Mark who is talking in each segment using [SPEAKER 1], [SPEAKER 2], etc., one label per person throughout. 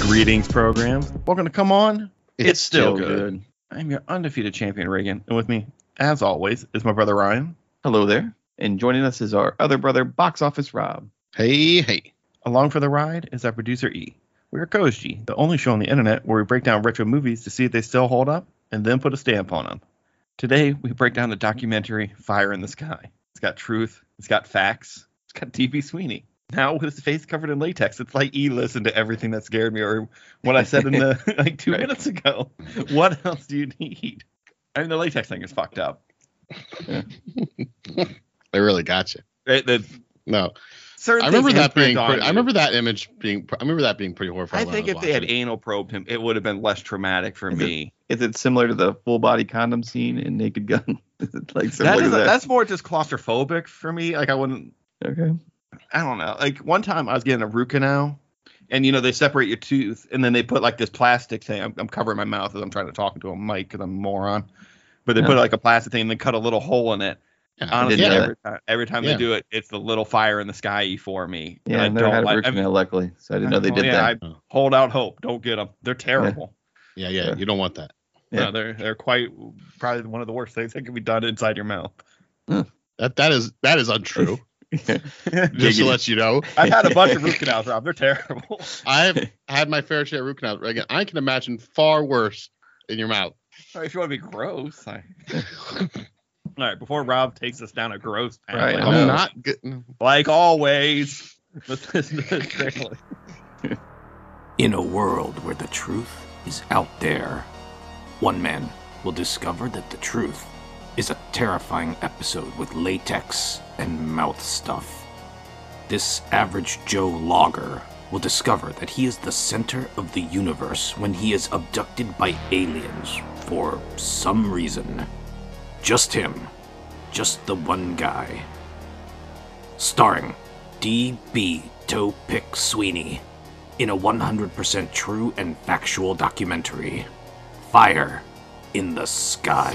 [SPEAKER 1] Greetings, program. Welcome to Come On.
[SPEAKER 2] It's still good.
[SPEAKER 1] I'm your undefeated champion, Reagan. And with me, as always, is my brother Ryan.
[SPEAKER 2] Hello there. And joining us is our other brother, Box Office Rob.
[SPEAKER 3] Hey, hey.
[SPEAKER 1] Along for the ride is our producer E. We are Coach G, the only show on the internet where we break down retro movies to see if they still hold up and then put a stamp on them. Today, we break down the documentary Fire in the Sky. It's got truth, it's got facts, it's got DB Sweeney. Now with his face covered in latex, it's like E listened to everything that scared me or what I said in the like two
[SPEAKER 2] Right.
[SPEAKER 1] minutes ago. What else do you need? I mean, the latex thing is fucked up.
[SPEAKER 3] They really got you.
[SPEAKER 1] Right, the-
[SPEAKER 3] No,
[SPEAKER 1] certain
[SPEAKER 3] I remember
[SPEAKER 1] things
[SPEAKER 3] that
[SPEAKER 1] imprint
[SPEAKER 3] being.
[SPEAKER 1] on
[SPEAKER 3] Pretty,
[SPEAKER 1] you.
[SPEAKER 3] I remember that image being. I remember that being pretty horrifying.
[SPEAKER 1] I
[SPEAKER 3] when
[SPEAKER 1] think
[SPEAKER 3] was
[SPEAKER 1] if they had
[SPEAKER 3] watching.
[SPEAKER 1] anal probed him, it would have been less traumatic for
[SPEAKER 2] Is it
[SPEAKER 1] me.
[SPEAKER 2] Is it similar to the full body condom scene in Naked Gun? Is it like
[SPEAKER 1] That
[SPEAKER 2] similar
[SPEAKER 1] is
[SPEAKER 2] to that?
[SPEAKER 1] that's more just claustrophobic for me. Like I wouldn't.
[SPEAKER 2] okay.
[SPEAKER 1] I don't know. Like one time I was getting a root canal, and you know they separate your tooth, and then they put like this plastic thing. I'm, I'm covering my mouth as I'm trying to talk into a mic because I'm a moron. But they
[SPEAKER 2] Yeah.
[SPEAKER 1] put like a plastic thing and then cut a little hole in it.
[SPEAKER 3] Yeah.
[SPEAKER 1] Honestly,
[SPEAKER 3] yeah.
[SPEAKER 2] know
[SPEAKER 1] every time, every time
[SPEAKER 3] Yeah.
[SPEAKER 1] they do it, it's the little fire in the sky for me.
[SPEAKER 2] Yeah, I
[SPEAKER 1] and I
[SPEAKER 2] never had
[SPEAKER 1] don't
[SPEAKER 2] a
[SPEAKER 1] like.
[SPEAKER 2] virgin
[SPEAKER 1] I mean,
[SPEAKER 2] male, luckily, so I didn't know they did
[SPEAKER 1] yeah,
[SPEAKER 2] that.
[SPEAKER 1] I hold out hope. Don't get them. They're terrible.
[SPEAKER 3] yeah, yeah, You don't want that.
[SPEAKER 1] Yeah,
[SPEAKER 2] Yeah.
[SPEAKER 1] they're they're quite probably one of the worst things that can be done inside your mouth.
[SPEAKER 3] That that is that is untrue. Just to
[SPEAKER 2] Giggity.
[SPEAKER 3] let you know,
[SPEAKER 1] I've had a bunch of root canals, Rob. They're terrible.
[SPEAKER 3] I've had my fair share of root canals. Again, I can imagine far worse in your mouth.
[SPEAKER 1] Oh, if you want to be gross, I... all right. Before Rob takes us down a gross path,
[SPEAKER 2] Right,
[SPEAKER 1] like,
[SPEAKER 2] I know.
[SPEAKER 3] I'm not good.
[SPEAKER 1] like always. Let's listen to this trailer.
[SPEAKER 4] In a world where the truth is out there, one man will discover that the truth is a terrifying episode with latex and mouth stuff. This average Joe logger will discover that he is the center of the universe when he is abducted by aliens for some reason. Just him. Just the one guy. Starring D.B. Toe Pick Sweeney in a 100% true and factual documentary Fire in the Sky.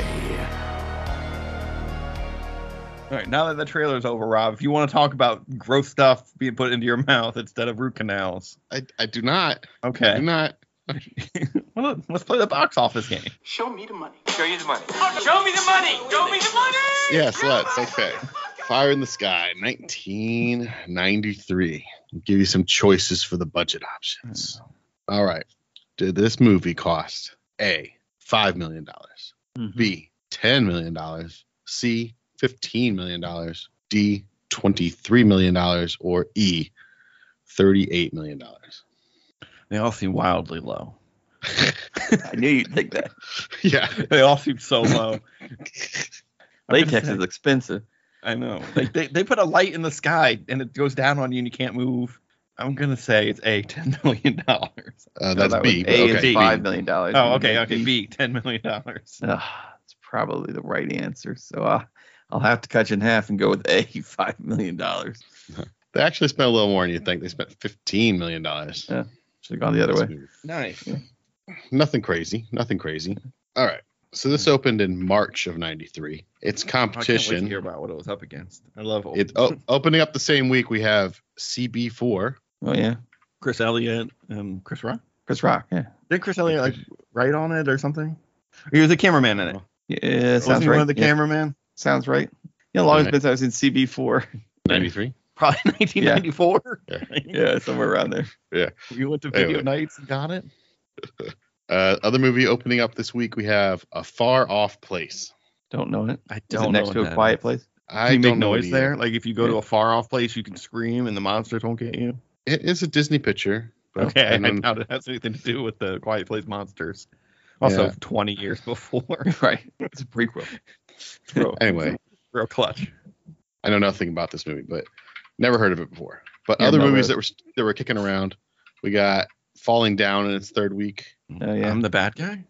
[SPEAKER 1] All right, now that the trailer's over, Rob, if you want to talk about gross stuff being put into your mouth instead of root canals,
[SPEAKER 3] I, I do not. I do
[SPEAKER 1] okay.
[SPEAKER 3] not.
[SPEAKER 1] well, let's play the box office game.
[SPEAKER 5] Show me the money.
[SPEAKER 6] Show you the money. Show me the money. Show me the money.
[SPEAKER 3] Yes, let's. Okay. Fire in the Sky, 1993. I'll give you some choices for the budget options. All right. Did this movie cost A, $5 million, B, $10 million, C, $15 million, D, $23 million, or E, $38 million?
[SPEAKER 1] They all seem wildly low.
[SPEAKER 2] I knew you'd think that.
[SPEAKER 3] yeah.
[SPEAKER 1] They all seem so low. I'm gonna
[SPEAKER 2] Latex
[SPEAKER 1] say-
[SPEAKER 2] is expensive.
[SPEAKER 1] I know. Like they, they put a light in the sky and it goes down on you and you can't move. I'm gonna say it's A, ten million dollars.
[SPEAKER 3] Uh, that's
[SPEAKER 1] that
[SPEAKER 3] B.
[SPEAKER 1] was
[SPEAKER 3] but
[SPEAKER 2] A
[SPEAKER 3] okay.
[SPEAKER 2] is five million dollars.
[SPEAKER 1] Oh, okay, okay. B, ten million dollars.
[SPEAKER 2] Ah, it's probably the right answer. So uh, I'll have to cut you in half and go with A, five million dollars.
[SPEAKER 3] They actually spent a little more than you think. They spent $15 million. The
[SPEAKER 2] Should have gone the other way.
[SPEAKER 1] Nice.
[SPEAKER 3] nothing crazy nothing crazy all right so this opened in march of 93 it's
[SPEAKER 1] Hmm. Oh, I can't wait to hear
[SPEAKER 3] competition
[SPEAKER 1] about what it was up against. I love old
[SPEAKER 3] it's o- opening up the same week we have cb4
[SPEAKER 2] Oh yeah,
[SPEAKER 1] Chris Elliott and Chris Rock.
[SPEAKER 2] Chris Rock. Yeah,
[SPEAKER 1] Did Chris Elliott like write on it or something? Oh, He was a cameraman in it.
[SPEAKER 2] yeah.
[SPEAKER 1] Wasn't
[SPEAKER 2] Sounds
[SPEAKER 1] he
[SPEAKER 2] right.
[SPEAKER 1] one of the
[SPEAKER 2] yeah,
[SPEAKER 1] cameraman?
[SPEAKER 2] sounds right. Yeah, longest
[SPEAKER 3] Right.
[SPEAKER 2] been since I was in CB4.
[SPEAKER 3] 93
[SPEAKER 1] Probably 1994.
[SPEAKER 3] Yeah.
[SPEAKER 2] yeah, somewhere around there.
[SPEAKER 1] You went to video
[SPEAKER 3] Anyway.
[SPEAKER 1] nights and got it.
[SPEAKER 3] uh, other movie opening up this week we have a far off place
[SPEAKER 2] Don't know it.
[SPEAKER 1] I
[SPEAKER 2] Is it next to a quiet place?
[SPEAKER 3] i
[SPEAKER 1] Can you make
[SPEAKER 3] don't know
[SPEAKER 1] noise
[SPEAKER 3] the-
[SPEAKER 1] there? Like if you go to
[SPEAKER 2] Yeah.
[SPEAKER 1] a far off place, you can scream and the monsters won't get you.
[SPEAKER 3] it is a disney picture but-
[SPEAKER 1] Okay, I
[SPEAKER 3] and then-
[SPEAKER 1] doubt it has anything to do with the Quiet Place monsters. Also,
[SPEAKER 3] Yeah.
[SPEAKER 1] 20 years before,
[SPEAKER 2] right. It's a prequel.
[SPEAKER 1] Throw-
[SPEAKER 3] anyway
[SPEAKER 1] real clutch.
[SPEAKER 3] i know nothing about this movie but never heard of it before but
[SPEAKER 2] Yeah,
[SPEAKER 3] other
[SPEAKER 2] no
[SPEAKER 3] movies
[SPEAKER 2] way.
[SPEAKER 3] that were that were kicking around we got falling down in its third week
[SPEAKER 2] Oh yeah.
[SPEAKER 1] Mm. I'm the bad guy.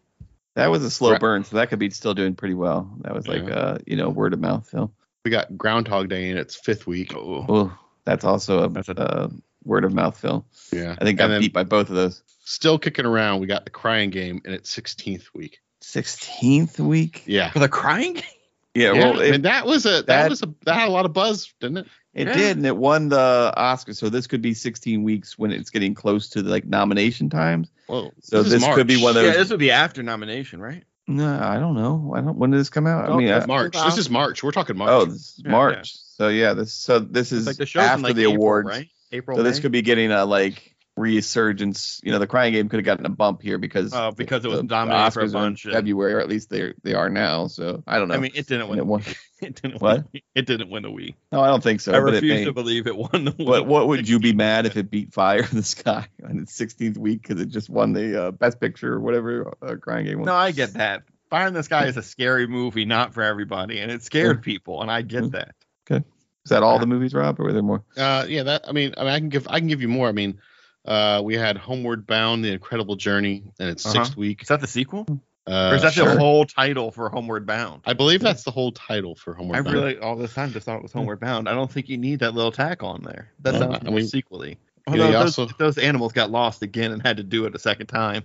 [SPEAKER 2] That was a slow
[SPEAKER 3] Right.
[SPEAKER 2] burn, so that could be still doing pretty well. That was like
[SPEAKER 3] Yeah.
[SPEAKER 2] uh, you know, word of mouth film.
[SPEAKER 3] we got groundhog day in its fifth week
[SPEAKER 1] Oh,
[SPEAKER 2] Oh, that's also a,
[SPEAKER 1] That's a-
[SPEAKER 2] uh, word of mouth film.
[SPEAKER 3] Yeah.
[SPEAKER 2] I think
[SPEAKER 3] and
[SPEAKER 2] got
[SPEAKER 3] then
[SPEAKER 2] beat by both of those.
[SPEAKER 3] still kicking around, we got the crying game in its 16th week.
[SPEAKER 2] Sixteenth week.
[SPEAKER 3] Yeah.
[SPEAKER 1] for the crying. game?
[SPEAKER 2] Yeah,
[SPEAKER 3] Yeah,
[SPEAKER 2] well,
[SPEAKER 3] I mean,
[SPEAKER 2] it,
[SPEAKER 3] that was a that,
[SPEAKER 2] that-
[SPEAKER 3] was a that had a lot of buzz, didn't it?
[SPEAKER 2] it
[SPEAKER 1] yeah.
[SPEAKER 2] did, and it won the Oscar. So this could be sixteen weeks when it's getting close to like nomination times.
[SPEAKER 3] Whoa.
[SPEAKER 2] So
[SPEAKER 3] is
[SPEAKER 2] this could be
[SPEAKER 3] March.
[SPEAKER 2] one of
[SPEAKER 1] Yeah,
[SPEAKER 2] those.
[SPEAKER 1] this would be after nomination, right?
[SPEAKER 2] no, I don't know. I don't. When did this come out? I
[SPEAKER 1] Oh,
[SPEAKER 3] No,
[SPEAKER 2] mean, I,
[SPEAKER 3] that's March. This is March. We're talking March.
[SPEAKER 2] oh, this is
[SPEAKER 1] Yeah,
[SPEAKER 2] March.
[SPEAKER 1] yeah.
[SPEAKER 2] So yeah, this so this is
[SPEAKER 1] Like the show's in,
[SPEAKER 2] after
[SPEAKER 1] like,
[SPEAKER 2] the
[SPEAKER 1] April,
[SPEAKER 2] awards.
[SPEAKER 1] right? April.
[SPEAKER 2] So this
[SPEAKER 1] May?
[SPEAKER 2] could be getting a like resurgence. You know, the crying game could have gotten a bump here because
[SPEAKER 1] Oh, because it was
[SPEAKER 2] the
[SPEAKER 1] dominated for a
[SPEAKER 2] Oscars are in
[SPEAKER 1] bunch of-
[SPEAKER 2] February, or at least they they are now. So I don't know.
[SPEAKER 1] I mean, it didn't
[SPEAKER 2] And
[SPEAKER 1] win.
[SPEAKER 2] it
[SPEAKER 1] It,
[SPEAKER 2] won-
[SPEAKER 1] didn't
[SPEAKER 2] What?
[SPEAKER 1] win. It didn't win a week.
[SPEAKER 2] no, I don't think so.
[SPEAKER 1] I
[SPEAKER 2] but it
[SPEAKER 1] refuse
[SPEAKER 2] may.
[SPEAKER 1] to believe it won the week.
[SPEAKER 2] What what would you be mad if it beat Fire in the Sky on its 16th week because it just won the uh, Best Picture or whatever uh, crying game? won?
[SPEAKER 1] No, I get that. Fire in the Sky is a scary movie, not for everybody, and it scared people, and I
[SPEAKER 2] Mm.
[SPEAKER 1] get that.
[SPEAKER 2] Is that all the movies, Rob, or were there more?
[SPEAKER 3] Uh, yeah, that I mean, I mean, I can give I can give you more. I mean, uh, we had Homeward Bound: The Incredible Journey, and it's sixth week.
[SPEAKER 1] Is that the sequel?
[SPEAKER 3] Uh,
[SPEAKER 1] Uh-huh. or is that
[SPEAKER 2] sure.
[SPEAKER 1] the whole title for Homeward Bound?
[SPEAKER 3] I believe that's the whole title for Homeward
[SPEAKER 1] I
[SPEAKER 3] Bound.
[SPEAKER 1] really all this time just thought it was Homeward Bound. I don't think you need that little tack on there. That
[SPEAKER 3] No,
[SPEAKER 1] sounds
[SPEAKER 3] I
[SPEAKER 1] more
[SPEAKER 3] mean-
[SPEAKER 1] sequely.
[SPEAKER 3] Yeah,
[SPEAKER 1] Although
[SPEAKER 3] you
[SPEAKER 1] those,
[SPEAKER 3] also-
[SPEAKER 1] those animals got lost again and had to do it a second time.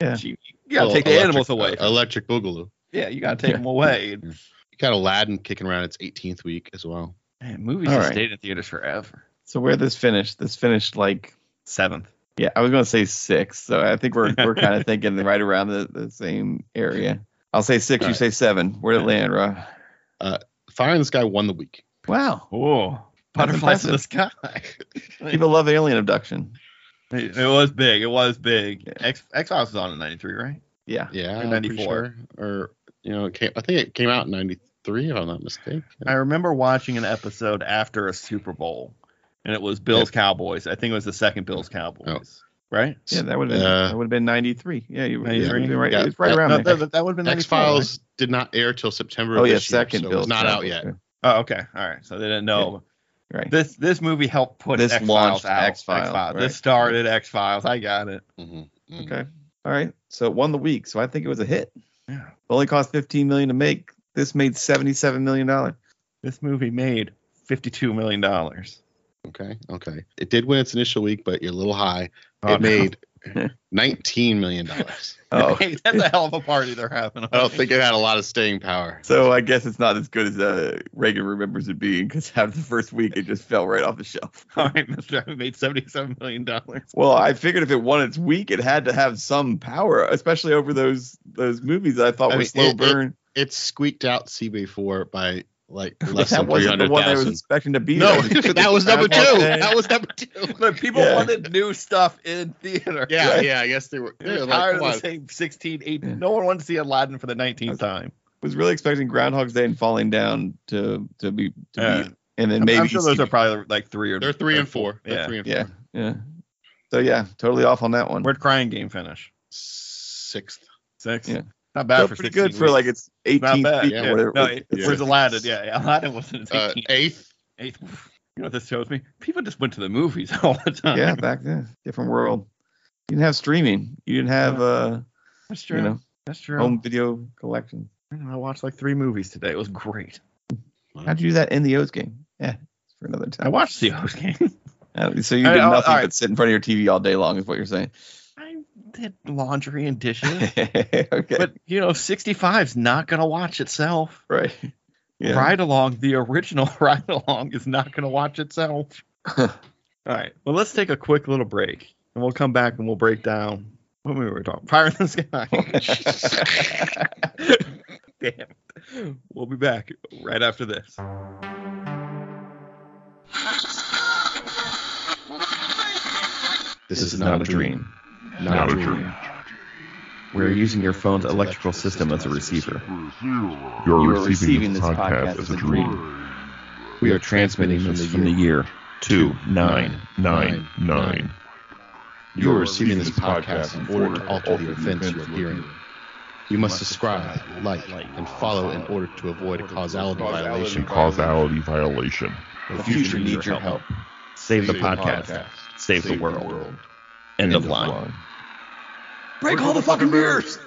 [SPEAKER 2] Yeah.
[SPEAKER 1] Gee, you gotta
[SPEAKER 3] Well,
[SPEAKER 1] take the
[SPEAKER 3] Electric-
[SPEAKER 1] animals away.
[SPEAKER 3] uh, Electric Boogaloo.
[SPEAKER 1] yeah, you gotta take
[SPEAKER 2] Yeah.
[SPEAKER 1] them away.
[SPEAKER 3] You got Aladdin kicking around its 18th week as well.
[SPEAKER 1] Man, movies
[SPEAKER 2] All
[SPEAKER 1] have
[SPEAKER 2] right.
[SPEAKER 1] stayed in theaters forever.
[SPEAKER 2] So where this finished? This finished like
[SPEAKER 1] Seventh.
[SPEAKER 2] yeah, I was gonna say six. So I think we're we're kind of thinking right around the, the same area. I'll say six.
[SPEAKER 3] All
[SPEAKER 2] you
[SPEAKER 3] right.
[SPEAKER 2] say seven. Where did it land, Rob?
[SPEAKER 3] Fire in the Sky won the week.
[SPEAKER 2] Wow,
[SPEAKER 1] Whoa. Butterflies in the sky.
[SPEAKER 2] people love alien abduction.
[SPEAKER 1] It it was big. It was big. X X Files was on in '93, right?
[SPEAKER 2] Yeah,
[SPEAKER 3] Yeah,
[SPEAKER 1] Or
[SPEAKER 3] I'm pretty
[SPEAKER 1] 94.
[SPEAKER 3] sure. Or you know, it came, I think it came out in '93, if I'm not mistaken.
[SPEAKER 1] I remember watching an episode after a Super Bowl, and it was Bills Cowboys. I think it was the second Bills Cowboys, right?
[SPEAKER 2] yeah, that would have been
[SPEAKER 3] Uh,
[SPEAKER 2] that would have been ninety three. Yeah, you were you
[SPEAKER 1] 93?
[SPEAKER 2] were right.
[SPEAKER 3] Yeah.
[SPEAKER 2] It's right
[SPEAKER 3] Yeah.
[SPEAKER 2] around
[SPEAKER 1] No,
[SPEAKER 2] there.
[SPEAKER 1] that, that would have been
[SPEAKER 3] X
[SPEAKER 1] 94, right?
[SPEAKER 3] Files did not air till September.
[SPEAKER 2] oh
[SPEAKER 3] of
[SPEAKER 2] yeah,
[SPEAKER 3] this
[SPEAKER 2] second
[SPEAKER 3] year, so
[SPEAKER 2] bill.
[SPEAKER 3] it's not out yet.
[SPEAKER 1] Oh, okay. All right. So they didn't know.
[SPEAKER 2] Right.
[SPEAKER 1] This this movie helped put
[SPEAKER 2] This
[SPEAKER 1] X Files
[SPEAKER 2] launched
[SPEAKER 1] out.
[SPEAKER 2] X-Files,
[SPEAKER 1] X-Files.
[SPEAKER 2] right.
[SPEAKER 1] This started X Files. I got it.
[SPEAKER 3] Mhm, mhm.
[SPEAKER 2] Okay. All right. So it won the week. So I think it was a hit.
[SPEAKER 1] Yeah.
[SPEAKER 2] It only cost fifteen million to make. This made seventy seven million dollars.
[SPEAKER 1] This movie made fifty-two million dollars.
[SPEAKER 3] Okay. Okay. It did win its initial week, but you're a little high.
[SPEAKER 1] Oh,
[SPEAKER 3] it made nineteen million dollars.
[SPEAKER 2] Oh.
[SPEAKER 1] Hey, that's a hell of a party they're having.
[SPEAKER 3] I don't think it had a lot of staying power.
[SPEAKER 2] So I guess it's not as good as uh, Reagan remembers it being because after the first week, it just fell right off the shelf.
[SPEAKER 1] All right, Mister, I made seventy-seven million dollars.
[SPEAKER 2] Well, I figured if it won its week, it had to have some power, especially over those those movies I thought
[SPEAKER 3] I
[SPEAKER 2] were
[SPEAKER 3] mean,
[SPEAKER 2] slow
[SPEAKER 3] it- it-
[SPEAKER 2] burn.
[SPEAKER 3] It squeaked out Seabay Four by like less than
[SPEAKER 2] that
[SPEAKER 3] three
[SPEAKER 2] wasn't the
[SPEAKER 3] hundred
[SPEAKER 2] one I was
[SPEAKER 3] thousand.
[SPEAKER 2] expecting to be.
[SPEAKER 3] No, that was number two. That was number two.
[SPEAKER 1] Look, people
[SPEAKER 2] Yeah.
[SPEAKER 1] wanted new stuff in theater.
[SPEAKER 3] Yeah, yeah. I guess they were. They
[SPEAKER 1] They're
[SPEAKER 3] were like,
[SPEAKER 1] tired
[SPEAKER 3] come on.
[SPEAKER 1] of the same 16, 18.
[SPEAKER 2] Yeah.
[SPEAKER 1] No one wanted to see Aladdin for the 19th time.
[SPEAKER 2] was really expecting Groundhog's Day and Falling Down to to be to
[SPEAKER 1] Yeah.
[SPEAKER 2] be, and then
[SPEAKER 1] I'm,
[SPEAKER 2] maybe
[SPEAKER 1] I'm sure those
[SPEAKER 2] Steve-
[SPEAKER 1] are probably like three or
[SPEAKER 3] They're three and four. They're
[SPEAKER 1] Yeah.
[SPEAKER 3] three and four.
[SPEAKER 2] yeah yeah. So yeah, totally off on that one.
[SPEAKER 1] Where'd Crying Game finish?
[SPEAKER 3] Sixth.
[SPEAKER 1] Six.
[SPEAKER 2] Yeah.
[SPEAKER 1] Not bad
[SPEAKER 2] Still
[SPEAKER 1] for
[SPEAKER 2] pretty
[SPEAKER 1] 16
[SPEAKER 2] good for
[SPEAKER 1] weeks.
[SPEAKER 2] like its 18th
[SPEAKER 1] bad,
[SPEAKER 2] week
[SPEAKER 3] yeah.
[SPEAKER 2] or whatever.
[SPEAKER 1] No, it,
[SPEAKER 3] Yeah.
[SPEAKER 1] where's Aladdin? Yeah, yeah, Aladdin was in his
[SPEAKER 3] Uh,
[SPEAKER 1] 18th,
[SPEAKER 3] eighth.
[SPEAKER 1] eighth. You know what this shows me? People just went to the movies all the time.
[SPEAKER 2] yeah, back then, different world. You didn't have streaming. You didn't have uh,
[SPEAKER 1] that's true.
[SPEAKER 2] you know,
[SPEAKER 1] that's true.
[SPEAKER 2] home video collection.
[SPEAKER 1] I don't know, I watched like three movies today. It was great.
[SPEAKER 2] How'd you do that in the O's game? Yeah, it's for another
[SPEAKER 1] Mm. I
[SPEAKER 2] time.
[SPEAKER 1] watched the O's game.
[SPEAKER 2] Uh, so you
[SPEAKER 1] I-
[SPEAKER 2] did
[SPEAKER 1] I'll-
[SPEAKER 2] nothing
[SPEAKER 1] all right.
[SPEAKER 2] but sit in front of your TV all day long, is what you're saying.
[SPEAKER 1] I did laundry and dishes.
[SPEAKER 2] okay.
[SPEAKER 1] but, you know, 65's not going to watch itself.
[SPEAKER 2] right. Yeah.
[SPEAKER 1] Ride Along, the original Ride Along, is not going to watch itself. All right. Well, let's take a quick little break, and we'll come back and we'll break down what movie were we talking. Fire in the Sky. Damn. We'll be back right after this.
[SPEAKER 3] This, is, not, a dream.
[SPEAKER 1] Not a dream. We're using your phone's electrical system as a receiver.
[SPEAKER 5] You're, receiving, this podcast, as a dream.
[SPEAKER 1] We are transmitting this from the year two nine.
[SPEAKER 5] Nine, nine.
[SPEAKER 3] You are receiving this podcast in order to alter the offense you are hearing. You must subscribe, like, and follow in order to avoid a causality violation.
[SPEAKER 5] Causality violation.
[SPEAKER 3] The future needs your help.
[SPEAKER 1] Save the podcast. Save the world. End of line.
[SPEAKER 2] break all the fucking mirrors.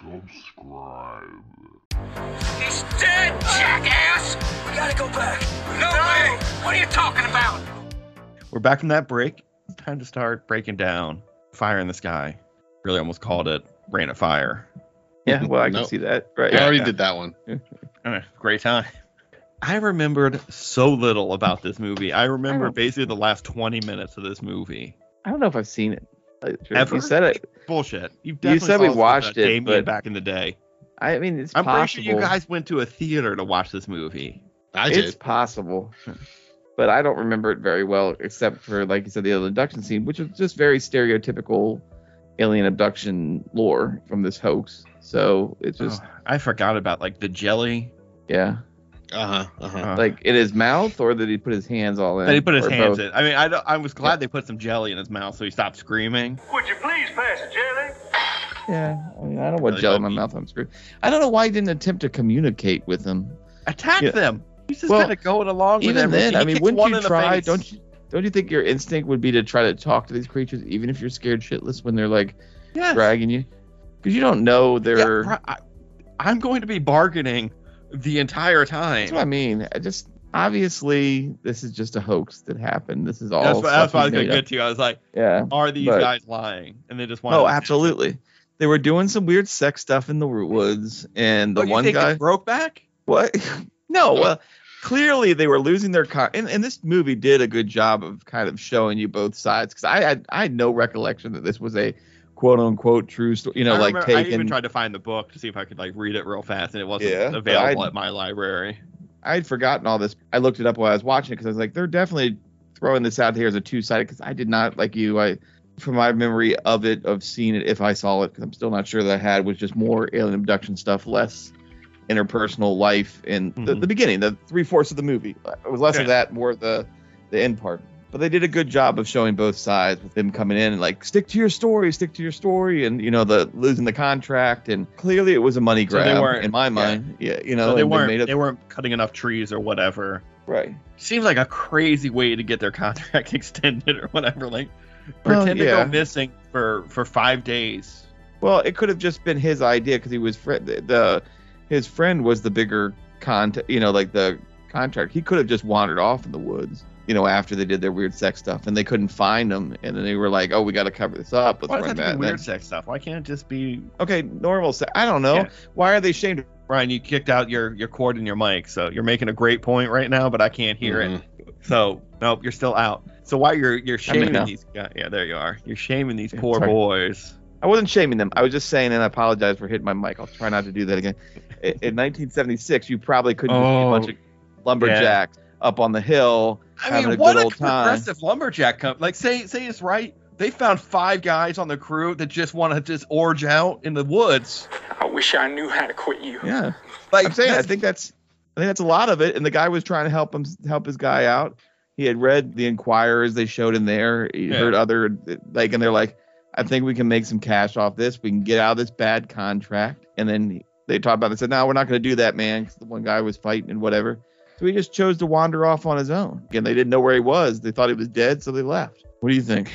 [SPEAKER 5] Subscribe.
[SPEAKER 6] He's dead, jackass! We gotta go back. No, way! What are you talking about?
[SPEAKER 1] We're back from that break. Time to start breaking down Fire in the Sky. Really almost called it Rain of Fire.
[SPEAKER 2] Yeah, well, I can
[SPEAKER 3] Nope.
[SPEAKER 2] see that. Right.
[SPEAKER 3] I already
[SPEAKER 1] Yeah.
[SPEAKER 3] did that one.
[SPEAKER 1] Uh, great time. I remembered so little about this movie. I remember
[SPEAKER 2] don't-
[SPEAKER 1] basically the last 20 minutes of this movie.
[SPEAKER 2] I don't know if I've seen it.
[SPEAKER 1] Ever?
[SPEAKER 2] You said it.
[SPEAKER 1] Bullshit. You,
[SPEAKER 2] said we
[SPEAKER 1] saw us with, uh,
[SPEAKER 2] watched it,
[SPEAKER 1] Damien
[SPEAKER 2] but-
[SPEAKER 1] back in the day.
[SPEAKER 2] I mean, it's
[SPEAKER 1] I'm
[SPEAKER 2] possible.
[SPEAKER 1] pretty sure you guys went to a theater to watch this movie.
[SPEAKER 3] I
[SPEAKER 2] it's
[SPEAKER 3] did.
[SPEAKER 2] possible. But I don't remember it very well, except for, like you said, the other abduction scene, which was just very stereotypical alien abduction lore from this hoax. So it's just,
[SPEAKER 1] Oh, I forgot about like the jelly.
[SPEAKER 2] yeah.
[SPEAKER 3] Uh huh. Uh huh.
[SPEAKER 1] Uh,
[SPEAKER 2] Like in his mouth, or that he put his hands all in?
[SPEAKER 1] that he put his
[SPEAKER 2] or
[SPEAKER 1] hands
[SPEAKER 2] both?
[SPEAKER 1] in. I mean, I, don't- I was glad they put some jelly in his mouth so he stopped screaming.
[SPEAKER 6] Would you please pass the jelly?
[SPEAKER 2] Yeah. I, mean, I don't want
[SPEAKER 1] Really
[SPEAKER 2] gel in my
[SPEAKER 1] bumpy.
[SPEAKER 2] mouth. I'm screwed. uh, I don't know why he didn't attempt to communicate with him.
[SPEAKER 1] Attack
[SPEAKER 2] Yeah.
[SPEAKER 1] them. He's just
[SPEAKER 2] Well,
[SPEAKER 1] kind of going along with
[SPEAKER 2] even
[SPEAKER 1] everything.
[SPEAKER 2] then, I
[SPEAKER 1] He
[SPEAKER 2] mean,
[SPEAKER 1] kicked
[SPEAKER 2] wouldn't
[SPEAKER 1] one
[SPEAKER 2] you
[SPEAKER 1] in the
[SPEAKER 2] try?
[SPEAKER 1] face.
[SPEAKER 2] Don't you? Don't you think your instinct would be to try to talk to these creatures, even if you're scared shitless when they're like
[SPEAKER 1] Yes.
[SPEAKER 2] dragging you? Because you don't know
[SPEAKER 1] Yeah,
[SPEAKER 2] they're.
[SPEAKER 1] bro, I, I'm going to be bargaining the entire time.
[SPEAKER 2] that's what I mean. I just obviously this is just a hoax that happened. This is all.
[SPEAKER 1] That's what,
[SPEAKER 2] stuff
[SPEAKER 1] that's what I was
[SPEAKER 2] he
[SPEAKER 1] going to
[SPEAKER 2] made
[SPEAKER 1] get to. I was like,
[SPEAKER 2] up. Yeah.
[SPEAKER 1] are these
[SPEAKER 2] But-
[SPEAKER 1] guys lying? And they just want.
[SPEAKER 2] Oh, absolutely. They were doing some weird sex stuff in the woods, and the
[SPEAKER 1] oh,
[SPEAKER 2] one
[SPEAKER 1] you think Oh.
[SPEAKER 2] guy.
[SPEAKER 1] it's broke back?
[SPEAKER 2] What? No, well, clearly they were losing their con. And, and this movie did a good job of kind of showing you both sides because I had I had no recollection that this was a quote unquote true story. You know,
[SPEAKER 1] I
[SPEAKER 2] like
[SPEAKER 1] remember- I even
[SPEAKER 2] taken.
[SPEAKER 1] tried to find the book to see if I could like read it real fast, and it wasn't
[SPEAKER 2] Yeah, but
[SPEAKER 1] available
[SPEAKER 2] I-
[SPEAKER 1] at my library.
[SPEAKER 2] I had forgotten all this. I looked it up while I was watching it because I was like, they're definitely throwing this out here as a two sided because I did not like you. I from my memory of it of seeing it if I saw it because I'm still not sure that I had was just more alien abduction stuff, less interpersonal life in the,
[SPEAKER 1] Mhm.
[SPEAKER 2] the beginning, the three fourths of the movie. It was less of
[SPEAKER 1] Yeah.
[SPEAKER 2] that, more of the the end part. But they did a good job of showing both sides with them coming in and like stick to your story, stick to your story, and you know the losing the contract and clearly it was a money
[SPEAKER 1] So they
[SPEAKER 2] grab
[SPEAKER 1] weren't-
[SPEAKER 2] in my
[SPEAKER 1] yeah.
[SPEAKER 2] mind. Yeah, you know
[SPEAKER 1] So they
[SPEAKER 2] and
[SPEAKER 1] weren't
[SPEAKER 2] made it
[SPEAKER 1] they weren't cutting enough trees or whatever.
[SPEAKER 2] right.
[SPEAKER 1] Seems like a crazy way to get their contract extended or whatever. Like
[SPEAKER 2] Well,
[SPEAKER 1] pretend
[SPEAKER 2] yeah.
[SPEAKER 1] to go missing for for five days.
[SPEAKER 2] Well, it could have just been his idea because he was fri the, the his friend was the bigger contact, you know, like the contract. He could have just wandered off in the woods, you know, after they did their weird sex stuff and they couldn't find him, and then they were like, "Oh, we got to cover this up." Let's
[SPEAKER 1] Why does
[SPEAKER 2] run
[SPEAKER 1] it have to
[SPEAKER 2] back.
[SPEAKER 1] be
[SPEAKER 2] Then-
[SPEAKER 1] weird sex stuff? Why can't it just be
[SPEAKER 2] Okay, normal. Se- I don't know.
[SPEAKER 1] Yeah.
[SPEAKER 2] Why are they shamed?
[SPEAKER 1] Brian? You kicked out your your cord and your mic, so you're making a great point right now, but I can't hear it.
[SPEAKER 3] Mhm.
[SPEAKER 2] Mm-hmm.
[SPEAKER 1] So nope, you're still out. So while you're you're
[SPEAKER 2] I'm in
[SPEAKER 1] shaming
[SPEAKER 2] now.
[SPEAKER 1] these guys, yeah, there you are. You're shaming these
[SPEAKER 2] Yeah,
[SPEAKER 1] poor
[SPEAKER 2] sorry.
[SPEAKER 1] boys.
[SPEAKER 2] I wasn't shaming them. I was just saying, and I apologize for hitting my mic. I'll try not to do that again. I- In 1976, you probably couldn't just be a
[SPEAKER 1] Oh,
[SPEAKER 2] bunch of lumberjacks up on the hill.
[SPEAKER 1] I
[SPEAKER 2] having
[SPEAKER 1] mean,
[SPEAKER 2] a
[SPEAKER 1] what
[SPEAKER 2] good
[SPEAKER 1] a
[SPEAKER 2] old time.
[SPEAKER 1] progressive lumberjack company. Like, say say it's right. They found five guys on the crew that just want to just orge out in the woods.
[SPEAKER 6] I wish I knew how to quit you.
[SPEAKER 2] Yeah.
[SPEAKER 1] Like,
[SPEAKER 2] I'm saying I
[SPEAKER 1] that's-
[SPEAKER 2] think that's I think that's a lot of it. And the guy was trying to help him help his guy out. He had read the Inquirers they showed in there. He
[SPEAKER 1] Yeah.
[SPEAKER 2] heard other like, and they're like, I think we can make some cash off this. We can get out of this bad contract. And then they talked about it. and Said, no, we're not going to do that, man. 'cause the one guy was fighting and whatever. So he just chose to wander off on his own. Again, they didn't know where he was. They thought he was dead, so they left. What do you think?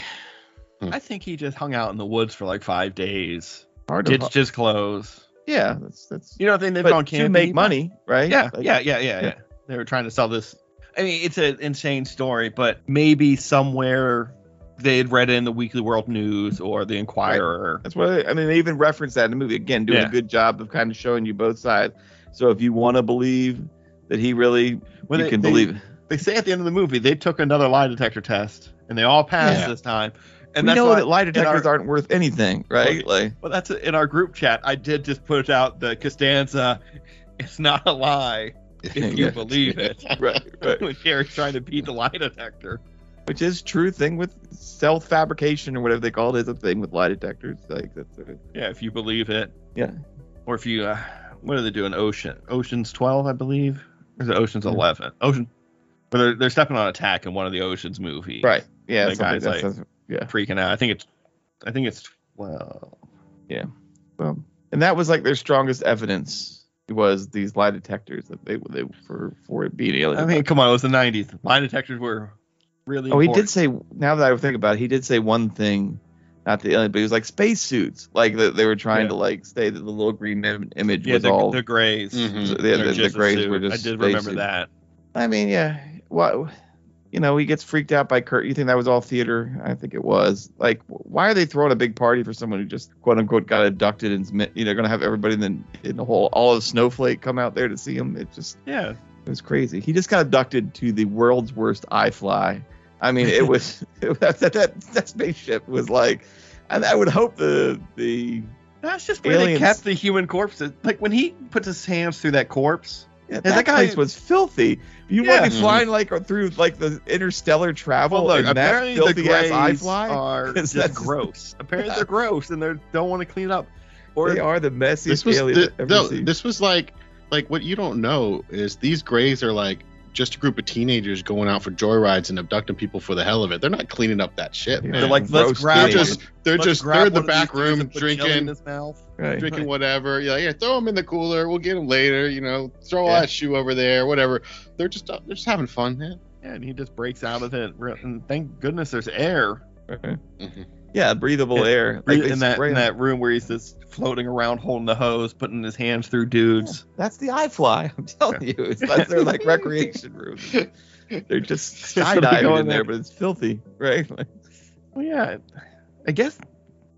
[SPEAKER 1] I think he just hung out in the woods for like five days,
[SPEAKER 2] Hard to,
[SPEAKER 1] ditched his clothes.
[SPEAKER 2] yeah, that's that's.
[SPEAKER 1] You know, they lived on
[SPEAKER 2] But
[SPEAKER 1] camping.
[SPEAKER 2] to make money, right?
[SPEAKER 1] Yeah,
[SPEAKER 2] Like,
[SPEAKER 1] yeah, yeah, yeah,
[SPEAKER 2] yeah.
[SPEAKER 1] yeah. They were trying to sell this. I mean, it's an insane story, but maybe somewhere they had read it in the Weekly World News or the Inquirer.
[SPEAKER 2] That's what I, I mean. They even reference that in the movie. Again, doing a
[SPEAKER 1] Yeah.
[SPEAKER 2] good job of kind of showing you both sides. So if you want to believe that he really,
[SPEAKER 1] When
[SPEAKER 2] you
[SPEAKER 1] they-
[SPEAKER 2] can
[SPEAKER 1] they-
[SPEAKER 2] believe.
[SPEAKER 1] They say at the end of the movie they took another lie detector test and they all passed
[SPEAKER 3] Yeah.
[SPEAKER 1] this time.
[SPEAKER 2] And
[SPEAKER 1] And
[SPEAKER 2] we
[SPEAKER 1] that's
[SPEAKER 2] know
[SPEAKER 1] why,
[SPEAKER 2] that lie detectors
[SPEAKER 1] our-
[SPEAKER 2] aren't worth anything, right? Like,
[SPEAKER 1] well, that's in our group chat. I did just put out the Costanza. It's not a lie if you
[SPEAKER 2] Yeah.
[SPEAKER 1] believe it.
[SPEAKER 2] right, right.
[SPEAKER 1] when Gary's trying to beat the lie detector.
[SPEAKER 2] Which is true thing with self fabrication or whatever they call it is a thing with lie detectors. Like that's a,
[SPEAKER 1] Yeah, if you believe it.
[SPEAKER 2] Yeah.
[SPEAKER 1] Or if you, uh, what do they do in Ocean? Ocean's 12, I believe. Or is it Ocean's 11? Ocean. But they're, they're stepping on attack in one of the Ocean's movies.
[SPEAKER 2] right. Yeah.
[SPEAKER 1] That
[SPEAKER 2] something
[SPEAKER 1] guy's
[SPEAKER 2] that's-
[SPEAKER 1] like-
[SPEAKER 2] that's- yeah.
[SPEAKER 1] Freaking out. I think it's, I think it's 12.
[SPEAKER 2] Well, and that was like their strongest evidence was these lie detectors that they they for for it being alien.
[SPEAKER 1] I mean, come on, it was the 90s. Lie detectors were really.
[SPEAKER 2] Oh, he did
[SPEAKER 1] important.
[SPEAKER 2] say. Now that I think about it, he did say one thing, not the alien, but he was like spacesuits. Like that they were trying
[SPEAKER 1] Yeah.
[SPEAKER 2] to like say that the little green im- image
[SPEAKER 1] Yeah,
[SPEAKER 2] was
[SPEAKER 1] the,
[SPEAKER 2] all. Mm-hmm.
[SPEAKER 1] the grays.
[SPEAKER 3] Mhm.
[SPEAKER 2] yeah,
[SPEAKER 1] They're
[SPEAKER 2] the, the
[SPEAKER 1] just a
[SPEAKER 2] grays
[SPEAKER 1] suit.
[SPEAKER 2] were just.
[SPEAKER 1] I did remember
[SPEAKER 2] spacesuits.
[SPEAKER 1] that.
[SPEAKER 2] I mean, yeah. Well, you know, he gets freaked out by Kurt. You think that was all theater? I think it was. Like, why are they throwing a big party for someone who just quote unquote got abducted and is mi- you know going to have everybody in the, in the whole all of Snowflake come out there to see him? It just
[SPEAKER 1] Yeah.
[SPEAKER 2] it was crazy. He just got abducted to the world's worst iFly. I mean, it was it, was- that, that that spaceship was like And I would hope the the
[SPEAKER 1] That's just where they
[SPEAKER 2] Aliens.
[SPEAKER 1] kept the human corpses. Like when he puts his hands through that corpse,
[SPEAKER 2] yeah, that,
[SPEAKER 1] that guy-
[SPEAKER 2] place was filthy. You
[SPEAKER 1] Yeah.
[SPEAKER 2] want me flying like or through like the interstellar travel?
[SPEAKER 1] Well, look,
[SPEAKER 2] and that
[SPEAKER 1] apparently the
[SPEAKER 2] filthy ass I
[SPEAKER 1] Greys
[SPEAKER 2] fly.
[SPEAKER 1] are
[SPEAKER 2] 'Cause
[SPEAKER 1] just
[SPEAKER 2] that's-
[SPEAKER 1] gross. Apparently they're gross and they don't want to clean up. Or
[SPEAKER 2] they are the messiest
[SPEAKER 3] This was
[SPEAKER 2] aliens
[SPEAKER 3] thi-
[SPEAKER 2] I've ever
[SPEAKER 3] no,
[SPEAKER 2] seen.
[SPEAKER 3] this was like like what you don't know is these grays are like just a group of teenagers going out for joyrides and abducting people for the hell of it. They're not cleaning up that shit.
[SPEAKER 2] Yeah.
[SPEAKER 3] man.
[SPEAKER 1] they're like, let's
[SPEAKER 2] Gross
[SPEAKER 1] grab
[SPEAKER 3] They're
[SPEAKER 1] one-
[SPEAKER 2] aliens.
[SPEAKER 3] just they're
[SPEAKER 1] let's
[SPEAKER 3] just
[SPEAKER 1] grab
[SPEAKER 3] they're in the
[SPEAKER 1] one of these
[SPEAKER 3] back
[SPEAKER 1] dudes
[SPEAKER 3] room
[SPEAKER 1] and put jelly in
[SPEAKER 3] drinking
[SPEAKER 1] his mouth.
[SPEAKER 2] right.
[SPEAKER 3] drinking whatever. Yeah, yeah, throw them in the cooler. We'll get them later. You know, throw
[SPEAKER 2] Yeah.
[SPEAKER 3] that shoe over there. Whatever. They're just they're just having fun, man.
[SPEAKER 1] Yeah, and he just breaks out of it. Re- And thank goodness there's air
[SPEAKER 2] Yeah, breathable
[SPEAKER 1] Yeah,
[SPEAKER 2] air. Like they
[SPEAKER 1] in that
[SPEAKER 2] spray
[SPEAKER 1] in
[SPEAKER 2] them.
[SPEAKER 1] that room where he's just floating around, holding the hose, putting his hands through dudes.
[SPEAKER 2] That's the I fly. I'm telling you, it's that's their like recreation room. They're just
[SPEAKER 1] what we go
[SPEAKER 2] skydiving
[SPEAKER 1] in
[SPEAKER 2] in there,
[SPEAKER 1] there.
[SPEAKER 2] but it's filthy, right? Like,
[SPEAKER 1] Well, yeah, I guess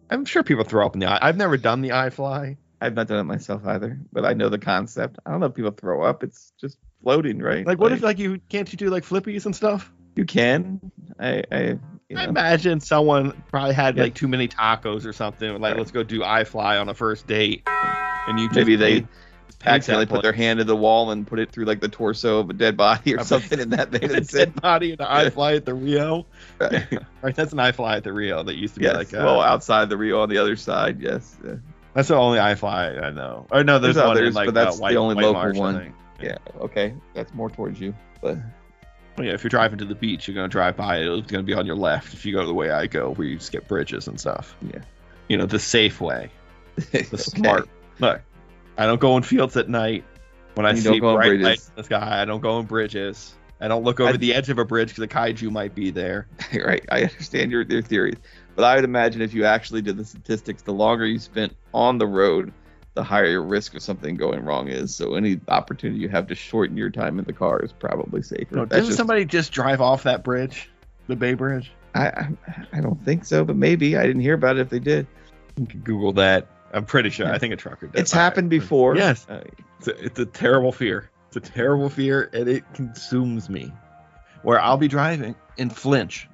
[SPEAKER 1] I'm sure people throw up in the eye. I've never done the eye fly.
[SPEAKER 2] I've not done it myself either, but I know the concept. I don't know if people throw up. It's just floating, right?
[SPEAKER 1] Like, what if like you can't you do like flippies and stuff?
[SPEAKER 2] you can? I, I, you
[SPEAKER 1] I
[SPEAKER 2] know,
[SPEAKER 1] imagine someone probably had
[SPEAKER 2] Yeah.
[SPEAKER 1] like too many tacos or something. Like,
[SPEAKER 2] Right.
[SPEAKER 1] let's go do I fly on a first date, and you just
[SPEAKER 2] Maybe they
[SPEAKER 1] ate-
[SPEAKER 2] accidentally
[SPEAKER 1] ate that
[SPEAKER 2] put their hand to the wall and put it through like the torso of a dead body or
[SPEAKER 1] Okay.
[SPEAKER 2] something, and that made
[SPEAKER 1] place.
[SPEAKER 2] it
[SPEAKER 1] It's
[SPEAKER 2] sit.
[SPEAKER 1] dead body and I
[SPEAKER 2] Yeah.
[SPEAKER 1] fly at the Rio.
[SPEAKER 2] Right.
[SPEAKER 1] Right, that's an I fly at the Rio that used to be
[SPEAKER 2] Yes.
[SPEAKER 1] like. uh,
[SPEAKER 2] well, outside the Rio on the other side, yes. Uh, yeah.
[SPEAKER 1] That's the only I fly I know. Or no, there's,
[SPEAKER 2] There's
[SPEAKER 1] one in
[SPEAKER 2] others,
[SPEAKER 1] like
[SPEAKER 2] but that's
[SPEAKER 1] uh,
[SPEAKER 2] the
[SPEAKER 1] White,
[SPEAKER 2] only
[SPEAKER 1] White
[SPEAKER 2] local
[SPEAKER 1] Marsh, I
[SPEAKER 2] one.
[SPEAKER 1] think.
[SPEAKER 2] Yeah. Okay. That's more towards you, but
[SPEAKER 1] Well, Oh, yeah, if you're driving to the beach, you're gonna drive by it. It's gonna be on your left. If you go the way I go, where you skip bridges and stuff.
[SPEAKER 2] Yeah.
[SPEAKER 1] You know the safe way, the
[SPEAKER 2] Okay.
[SPEAKER 1] smart. Look, I don't go in fields at night. When I
[SPEAKER 2] You don't
[SPEAKER 1] see
[SPEAKER 2] go in
[SPEAKER 1] bright
[SPEAKER 2] bridges.
[SPEAKER 1] lights in the sky, I don't go in bridges. I don't look over
[SPEAKER 2] I-
[SPEAKER 1] the edge of a bridge because a kaiju might be there.
[SPEAKER 2] right. I understand your your theories, but I would imagine if you actually did the statistics, the longer you spent on the road, the higher your risk of something going wrong is. So any opportunity you have to shorten your time in the car is probably safer.
[SPEAKER 1] No,
[SPEAKER 2] That's
[SPEAKER 1] doesn't
[SPEAKER 2] just-
[SPEAKER 1] somebody just drive off that bridge, the Bay Bridge?
[SPEAKER 2] I, I I don't think so, but maybe I didn't hear about it. If they did,
[SPEAKER 1] You can Google that. I'm pretty sure.
[SPEAKER 2] Yeah.
[SPEAKER 1] I think a trucker did.
[SPEAKER 2] it's
[SPEAKER 1] by
[SPEAKER 2] happened
[SPEAKER 1] accident.
[SPEAKER 2] before.
[SPEAKER 1] Yes.
[SPEAKER 2] Uh,
[SPEAKER 1] It's a, it's a terrible fear. It's a terrible fear, and it consumes me. Where I'll be driving and flinch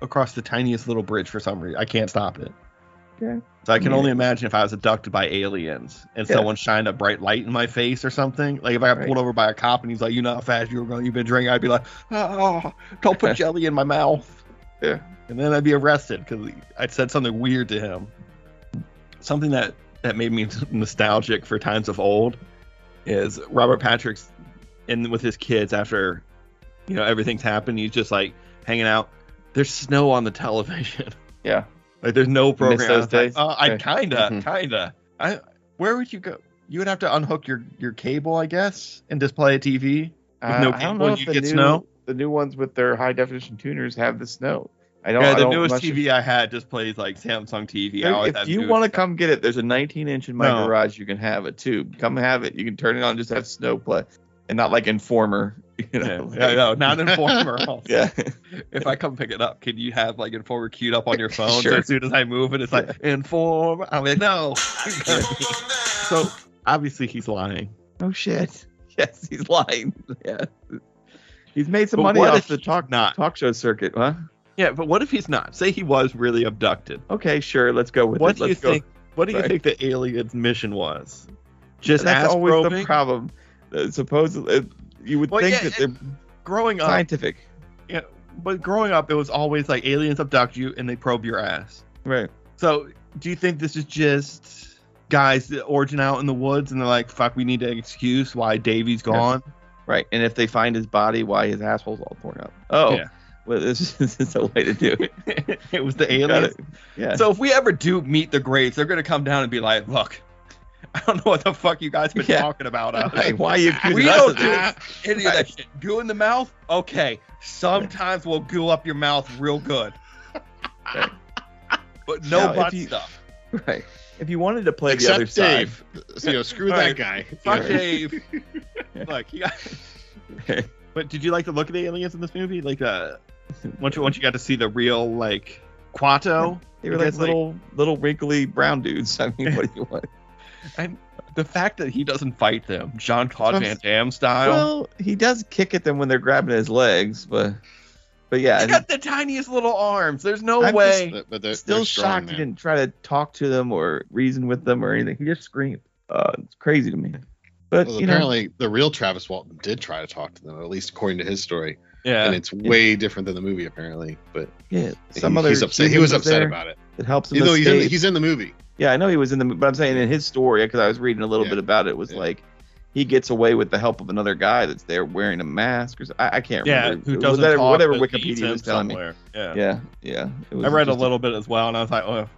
[SPEAKER 1] across the tiniest little bridge for some reason. I can't stop it.
[SPEAKER 2] Okay.
[SPEAKER 1] So I can
[SPEAKER 2] Yeah.
[SPEAKER 1] only imagine if I was abducted by aliens and
[SPEAKER 2] Yeah.
[SPEAKER 1] someone shined a bright light in my face or something. Like if I got
[SPEAKER 2] Right.
[SPEAKER 1] pulled over by a cop and he's like, "You know how fast you were going? You've been drinking." I'd be like, "Oh, don't put jelly in my mouth."
[SPEAKER 2] Yeah.
[SPEAKER 1] And then I'd be arrested because I said something weird to him. Something that that made me nostalgic for times of old is Robert Patrick's in with his kids after you know everything's happened. He's just like hanging out. There's snow on the television.
[SPEAKER 2] Yeah.
[SPEAKER 1] Like there's no program.
[SPEAKER 2] those
[SPEAKER 1] I was
[SPEAKER 2] days? Mm-hmm.
[SPEAKER 1] Like, uh, I
[SPEAKER 2] Right.
[SPEAKER 1] kinda,
[SPEAKER 3] Mhm.
[SPEAKER 1] kinda. I where would you go? You would have to unhook your your cable, I guess, and display a TV. With no
[SPEAKER 2] I don't
[SPEAKER 1] cable,
[SPEAKER 2] know if
[SPEAKER 1] you
[SPEAKER 2] the
[SPEAKER 1] get
[SPEAKER 2] new,
[SPEAKER 1] snow?
[SPEAKER 2] The new ones with their high definition tuners have the snow. I don't.
[SPEAKER 1] yeah,
[SPEAKER 2] I
[SPEAKER 1] the
[SPEAKER 2] don't
[SPEAKER 1] newest
[SPEAKER 2] much-
[SPEAKER 1] TV I had just plays like Samsung TV. I always
[SPEAKER 2] If
[SPEAKER 1] had
[SPEAKER 2] you
[SPEAKER 1] new-
[SPEAKER 2] want to come get it, there's a 19 inch in my
[SPEAKER 1] No.
[SPEAKER 2] garage. You can have it too. Come have it. You can turn it on. Just have snow play, and not like Informer. You
[SPEAKER 1] yeah,
[SPEAKER 2] know.
[SPEAKER 1] yeah, no, not Informer.
[SPEAKER 2] yeah.
[SPEAKER 1] If I come pick it up, can you have like Informer queued up on your phone?
[SPEAKER 2] Sure.
[SPEAKER 1] So as soon as I move it, it's like Informer. I'm like, no. so obviously he's lying.
[SPEAKER 2] oh shit. Yes, he's lying. Yeah. He's made some
[SPEAKER 1] But
[SPEAKER 2] money
[SPEAKER 1] what
[SPEAKER 2] off
[SPEAKER 1] if
[SPEAKER 2] the talk
[SPEAKER 1] Not.
[SPEAKER 2] talk show circuit, huh?
[SPEAKER 1] Yeah, but what if he's not? Say he was really abducted.
[SPEAKER 2] Okay, sure. Let's go with
[SPEAKER 1] what
[SPEAKER 2] it.
[SPEAKER 1] do you
[SPEAKER 2] Let's go.
[SPEAKER 1] think? What do you
[SPEAKER 2] Right.
[SPEAKER 1] think the alien's mission was? Just
[SPEAKER 2] That's
[SPEAKER 1] ass
[SPEAKER 2] always the
[SPEAKER 1] probing.
[SPEAKER 2] problem. Uh, Supposedly, uh, you would
[SPEAKER 1] Well,
[SPEAKER 2] think
[SPEAKER 1] yeah,
[SPEAKER 2] that they're
[SPEAKER 1] growing up,
[SPEAKER 2] scientific,
[SPEAKER 1] yeah, but growing up, it was always like aliens abduct you and they probe your ass.
[SPEAKER 2] right?
[SPEAKER 1] So, do you think this is just guys that origin out in the woods and they're like, "Fuck, we need an excuse why Davy's gone."
[SPEAKER 2] Right. And if they find his body, why his asshole's all torn up? Oh,
[SPEAKER 1] Yeah.
[SPEAKER 2] well, this, this is a way to do it.
[SPEAKER 1] it was the
[SPEAKER 2] Got
[SPEAKER 1] aliens.
[SPEAKER 2] it. Yeah.
[SPEAKER 1] So, if we ever do meet the Greys, they're gonna come down and be like, "Look, I don't know what the fuck you guys been
[SPEAKER 2] Yeah.
[SPEAKER 1] talking about." out
[SPEAKER 2] Right, why are you accusing
[SPEAKER 1] We
[SPEAKER 2] us
[SPEAKER 1] don't
[SPEAKER 2] of this?
[SPEAKER 1] Any of that shit. Goo in the mouth? Okay. Sometimes we'll goo up your mouth real good.
[SPEAKER 2] Okay.
[SPEAKER 1] But no
[SPEAKER 2] Now, if
[SPEAKER 1] butt
[SPEAKER 2] you-
[SPEAKER 1] stuff.
[SPEAKER 2] Right. If you wanted to play the other
[SPEAKER 3] Except
[SPEAKER 2] side,
[SPEAKER 3] Dave. So, you know, screw
[SPEAKER 1] All
[SPEAKER 3] that
[SPEAKER 1] right.
[SPEAKER 3] guy.
[SPEAKER 1] Fuck
[SPEAKER 2] Yeah.
[SPEAKER 1] Dave. Look, you got...
[SPEAKER 2] Okay.
[SPEAKER 1] But did you like the look of the aliens in this movie? Like the once you once you got to see the real like Quato,
[SPEAKER 2] they were like
[SPEAKER 1] That's like-
[SPEAKER 2] little, little wrinkly brown dudes. I mean, what do you want?
[SPEAKER 1] the fact that he doesn't fight them, Jean Claude Van Damme style.
[SPEAKER 2] Well, he does kick at them when they're grabbing his legs, but But yeah,
[SPEAKER 1] He's
[SPEAKER 2] and
[SPEAKER 1] got the tiniest little arms. There's no
[SPEAKER 2] I'm uh,
[SPEAKER 1] way.
[SPEAKER 3] But- but they're,
[SPEAKER 2] still
[SPEAKER 3] they're strong,
[SPEAKER 2] shocked he
[SPEAKER 3] man.
[SPEAKER 2] didn't try to talk to them or reason with them or anything. He just screamed. Uh, it's crazy to me. But
[SPEAKER 3] Well,
[SPEAKER 2] you know,
[SPEAKER 3] apparently, the real Travis Walton did try to talk to them, at least according to his story, and
[SPEAKER 1] yeah.
[SPEAKER 3] it's way different than the movie apparently. But
[SPEAKER 2] yeah, some
[SPEAKER 3] he,
[SPEAKER 2] other
[SPEAKER 3] he's upset. He was upset
[SPEAKER 2] there
[SPEAKER 3] about it.
[SPEAKER 2] It helps him
[SPEAKER 3] Even though he's in,
[SPEAKER 2] escape.
[SPEAKER 3] he's in the movie.
[SPEAKER 2] Yeah, I know he was in the, but I'm saying in his story because I was reading a little
[SPEAKER 3] Yeah.
[SPEAKER 2] bit about it, it was
[SPEAKER 3] Yeah.
[SPEAKER 2] like he gets away with the help of another guy that's there wearing a mask or so- I, I can't
[SPEAKER 1] Yeah.
[SPEAKER 2] remember
[SPEAKER 1] Who
[SPEAKER 2] It was
[SPEAKER 1] doesn't
[SPEAKER 2] whatever,
[SPEAKER 1] talk,
[SPEAKER 2] whatever
[SPEAKER 1] but leads
[SPEAKER 2] Wikipedia
[SPEAKER 1] him
[SPEAKER 2] was telling me.
[SPEAKER 1] somewhere. Yeah.
[SPEAKER 2] Yeah, yeah. It was
[SPEAKER 1] I read a
[SPEAKER 2] just
[SPEAKER 1] little bit as well, and I was like, oh,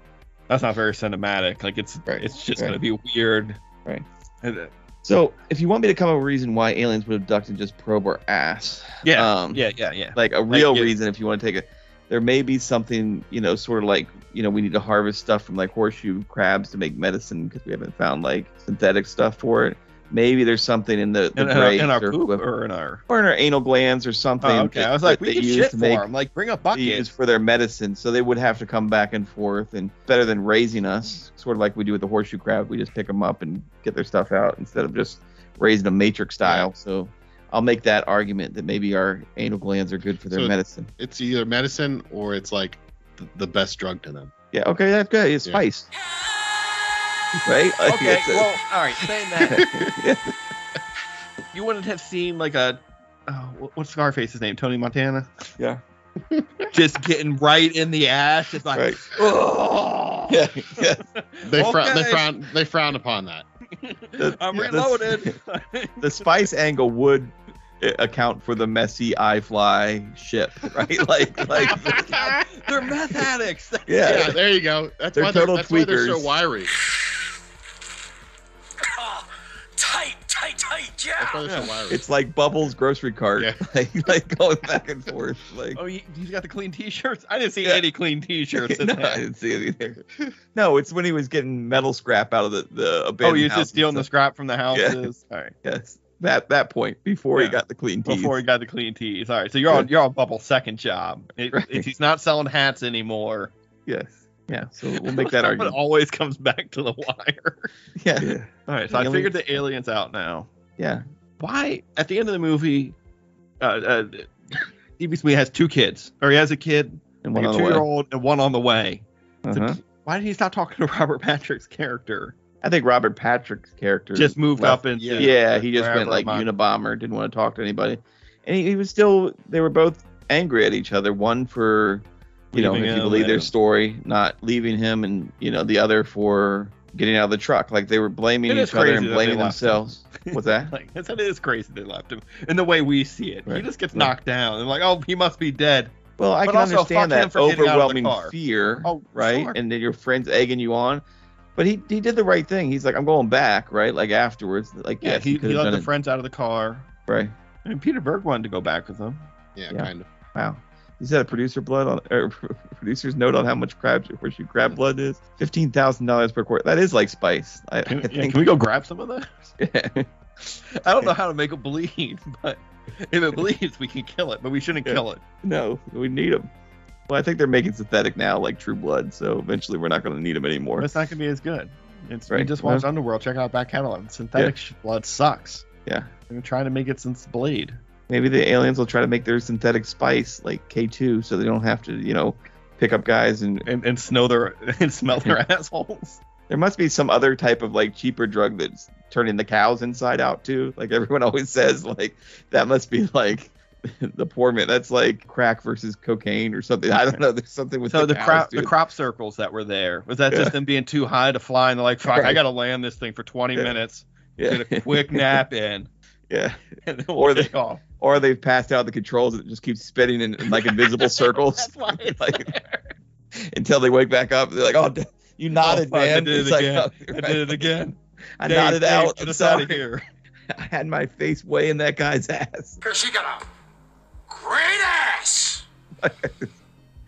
[SPEAKER 1] that's not very cinematic. Like it's
[SPEAKER 2] Right,
[SPEAKER 1] it's just
[SPEAKER 2] right.
[SPEAKER 1] gonna be weird.
[SPEAKER 2] Right.
[SPEAKER 1] And, uh,
[SPEAKER 2] So if you want me to come up with a reason why aliens would abduct and just probe our ass,
[SPEAKER 1] Yeah.
[SPEAKER 2] um,
[SPEAKER 1] yeah. Yeah. Yeah.
[SPEAKER 2] like a real
[SPEAKER 1] yeah.
[SPEAKER 2] reason if you want to take it there may be something you know sort of like you know we need to harvest stuff from like horseshoe crabs to make medicine because we haven't found like synthetic stuff for it maybe there's something in the, the
[SPEAKER 1] In, in our, in our
[SPEAKER 2] grapes
[SPEAKER 1] poop
[SPEAKER 2] or,
[SPEAKER 1] or in our.
[SPEAKER 2] or in our anal glands or something
[SPEAKER 1] Oh, okay.
[SPEAKER 2] that-
[SPEAKER 1] I was like,
[SPEAKER 2] that
[SPEAKER 1] we
[SPEAKER 2] they
[SPEAKER 1] could
[SPEAKER 2] use
[SPEAKER 1] shit
[SPEAKER 2] to
[SPEAKER 1] for
[SPEAKER 2] make
[SPEAKER 1] him. Like bring a
[SPEAKER 2] to
[SPEAKER 1] bucket.
[SPEAKER 2] use for their medicine so they would have to come back and forth and better than raising us sort of like we do with the horseshoe crab we just pick them up and get their stuff out instead of just raising them matrix style so i'll make that argument that maybe our anal glands are good for their
[SPEAKER 3] So-
[SPEAKER 2] medicine
[SPEAKER 3] It's either medicine or it's like the, the best drug to them.
[SPEAKER 2] Yeah, okay, that's good. It's
[SPEAKER 3] Yeah.
[SPEAKER 2] spice, right? Like,
[SPEAKER 1] Okay.
[SPEAKER 2] it's a-
[SPEAKER 1] Well, all right. Saying that, you wouldn't have seen like a. Oh, wh- what's Scarface's name? Tony Montana.
[SPEAKER 2] Yeah.
[SPEAKER 1] just getting right in the ass. It's like,
[SPEAKER 2] right.
[SPEAKER 1] oh,
[SPEAKER 2] Yeah, yeah.
[SPEAKER 3] They frown. they
[SPEAKER 1] Okay.
[SPEAKER 3] frown. they frown upon that.
[SPEAKER 2] The-
[SPEAKER 1] I'm
[SPEAKER 2] yeah,
[SPEAKER 1] reloaded.
[SPEAKER 2] The spice angle would uh, account for the messy eye fly ship, right? Like, like,
[SPEAKER 1] They're meth addicts.
[SPEAKER 3] Yeah,
[SPEAKER 2] yeah,
[SPEAKER 3] there you go. That's
[SPEAKER 2] They're
[SPEAKER 3] why they're,
[SPEAKER 2] total
[SPEAKER 3] that's why they're so
[SPEAKER 2] tweakers.
[SPEAKER 3] wiry.
[SPEAKER 6] Oh, tight, tight, tight,
[SPEAKER 3] That's why
[SPEAKER 6] yeah.
[SPEAKER 3] they're so wiry.
[SPEAKER 2] it's like Bubbles grocery cart,
[SPEAKER 3] Yeah.
[SPEAKER 2] like, like going back and forth. Like,
[SPEAKER 1] Oh, he, he's got the clean T-shirts. I didn't see
[SPEAKER 2] Yeah.
[SPEAKER 1] any clean T-shirts in
[SPEAKER 2] no, I
[SPEAKER 1] that.
[SPEAKER 2] didn't see it either. No, it's when he was getting metal scrap out of the the
[SPEAKER 1] Oh,
[SPEAKER 2] abandoned
[SPEAKER 1] he was
[SPEAKER 2] house and
[SPEAKER 1] just stealing the
[SPEAKER 2] stuff.
[SPEAKER 1] scrap from the houses. All right.
[SPEAKER 2] Yes, that that point before he
[SPEAKER 1] Yeah.
[SPEAKER 2] got the clean teeth.
[SPEAKER 1] Before he got the clean tees. All right. So you're on you're on Bubble's second job. It,
[SPEAKER 2] Right.
[SPEAKER 1] it's- he's not selling hats anymore.
[SPEAKER 2] yes, yeah. So we'll make that
[SPEAKER 1] Someone
[SPEAKER 2] argument.
[SPEAKER 1] always comes back to the wire.
[SPEAKER 2] Yeah,
[SPEAKER 1] All right. So I
[SPEAKER 2] Aliens.
[SPEAKER 1] figured the aliens out now.
[SPEAKER 2] yeah.
[SPEAKER 1] Why at the end of the movie, uh, uh, DB Smee has two kids, or he has a kid,
[SPEAKER 2] And
[SPEAKER 1] like a
[SPEAKER 2] on the way.
[SPEAKER 1] two-year-old, and one on the way. It's like,
[SPEAKER 2] Uh-huh.
[SPEAKER 1] why did he stop talking to Robert Patrick's character?
[SPEAKER 2] I think Robert Patrick's character
[SPEAKER 1] Just moved
[SPEAKER 2] left-
[SPEAKER 1] up and
[SPEAKER 3] yeah.
[SPEAKER 2] Yeah, he just went
[SPEAKER 1] wherever
[SPEAKER 2] like
[SPEAKER 1] I'm at.
[SPEAKER 2] Unabomber, didn't want to talk to anybody, and he, he was still. They were both angry at each other. One for you know,
[SPEAKER 1] Leaving
[SPEAKER 2] if you
[SPEAKER 1] him
[SPEAKER 2] believe their
[SPEAKER 1] and-
[SPEAKER 2] story, not leaving him, and you know the other for getting out of the truck. Like they were blaming
[SPEAKER 1] It is
[SPEAKER 2] each other
[SPEAKER 1] crazy
[SPEAKER 2] and
[SPEAKER 1] that they
[SPEAKER 2] blaming
[SPEAKER 1] left
[SPEAKER 2] themselves. What's that?
[SPEAKER 1] Like that's it is crazy they left him in the way we see it. He
[SPEAKER 2] Right.
[SPEAKER 1] just gets
[SPEAKER 2] Right.
[SPEAKER 1] knocked down and like, oh, he must be dead.
[SPEAKER 2] Well, I
[SPEAKER 1] But
[SPEAKER 2] can
[SPEAKER 1] also,
[SPEAKER 2] understand
[SPEAKER 1] fuck him
[SPEAKER 2] that
[SPEAKER 1] for getting out of the
[SPEAKER 2] overwhelming
[SPEAKER 1] car.
[SPEAKER 2] fear,
[SPEAKER 1] Oh,
[SPEAKER 2] right?
[SPEAKER 1] sure.
[SPEAKER 2] And then your friends egging you on. But he, he did the right thing. He's like, I'm going back, right? Like afterwards, like
[SPEAKER 1] Yeah,
[SPEAKER 2] yes,
[SPEAKER 1] he,
[SPEAKER 2] could
[SPEAKER 1] he
[SPEAKER 2] have
[SPEAKER 1] let
[SPEAKER 2] done
[SPEAKER 1] the
[SPEAKER 2] it,
[SPEAKER 1] friends out of the car.
[SPEAKER 2] right?
[SPEAKER 1] I mean, Peter Berg wanted to go back with him.
[SPEAKER 3] yeah,
[SPEAKER 2] yeah.
[SPEAKER 3] kind of.
[SPEAKER 2] Wow. Is that a producer blood on or producer's note on how much crab horseshoe crab
[SPEAKER 1] Hmm.
[SPEAKER 2] blood is? Fifteen thousand dollars per quart. That is like spice. I, I
[SPEAKER 1] Can, yeah,
[SPEAKER 2] think.
[SPEAKER 1] can we go grab some of that?
[SPEAKER 2] Yeah.
[SPEAKER 1] I don't know how to make it bleed, but if it bleeds, we can kill it, but we shouldn't
[SPEAKER 2] Yeah.
[SPEAKER 1] kill it.
[SPEAKER 2] no, we need them. Well, I think they're making synthetic now, like True Blood. So eventually, we're not going to need them
[SPEAKER 1] But
[SPEAKER 2] anymore.
[SPEAKER 1] it's not gonna be as good. It's we
[SPEAKER 2] Right.
[SPEAKER 1] just watched Underworld. Check out back catalog. Synthetic sh blood sucks.
[SPEAKER 2] Yeah.
[SPEAKER 1] They've been trying to make it since Blade.
[SPEAKER 2] Maybe the aliens will try to make their synthetic spice like K2, so they don't have to, you know, pick up guys. And
[SPEAKER 1] And and snow their and smell their assholes.
[SPEAKER 2] there must be some other type of like cheaper drug that's turning the cows inside out too. Like everyone always says, like that must be like the poor man. That's like crack versus cocaine or something. I don't know. There's something with
[SPEAKER 1] So the,
[SPEAKER 2] cows,
[SPEAKER 1] crop the
[SPEAKER 2] dude.
[SPEAKER 1] crop circles that were there was that
[SPEAKER 2] Yeah.
[SPEAKER 1] just them being too high to fly and they're like fuck I
[SPEAKER 2] Right.
[SPEAKER 1] gotta land this thing for 20
[SPEAKER 2] Yeah.
[SPEAKER 1] minutes
[SPEAKER 2] yeah.
[SPEAKER 1] get a quick nap in
[SPEAKER 2] yeah.
[SPEAKER 1] and then we'll
[SPEAKER 2] Or they-
[SPEAKER 1] take off
[SPEAKER 2] Or they've passed out the controls and it just keeps spinning in, in, like invisible circles
[SPEAKER 1] that's why it's
[SPEAKER 2] Like,
[SPEAKER 1] there.
[SPEAKER 2] until they wake back up. They're like, oh, d- you nodded,
[SPEAKER 1] fuck, I
[SPEAKER 2] man.
[SPEAKER 1] did it
[SPEAKER 2] It's like,
[SPEAKER 1] again.
[SPEAKER 2] oh, you're
[SPEAKER 1] I
[SPEAKER 2] right.
[SPEAKER 1] did it again
[SPEAKER 2] I
[SPEAKER 1] Dave,
[SPEAKER 2] nodded
[SPEAKER 1] Dave,
[SPEAKER 2] out.
[SPEAKER 1] get
[SPEAKER 2] I'm
[SPEAKER 1] us out of
[SPEAKER 2] sorry.
[SPEAKER 1] here
[SPEAKER 2] I had my face way in that guy's ass.
[SPEAKER 6] Because she got a great ass.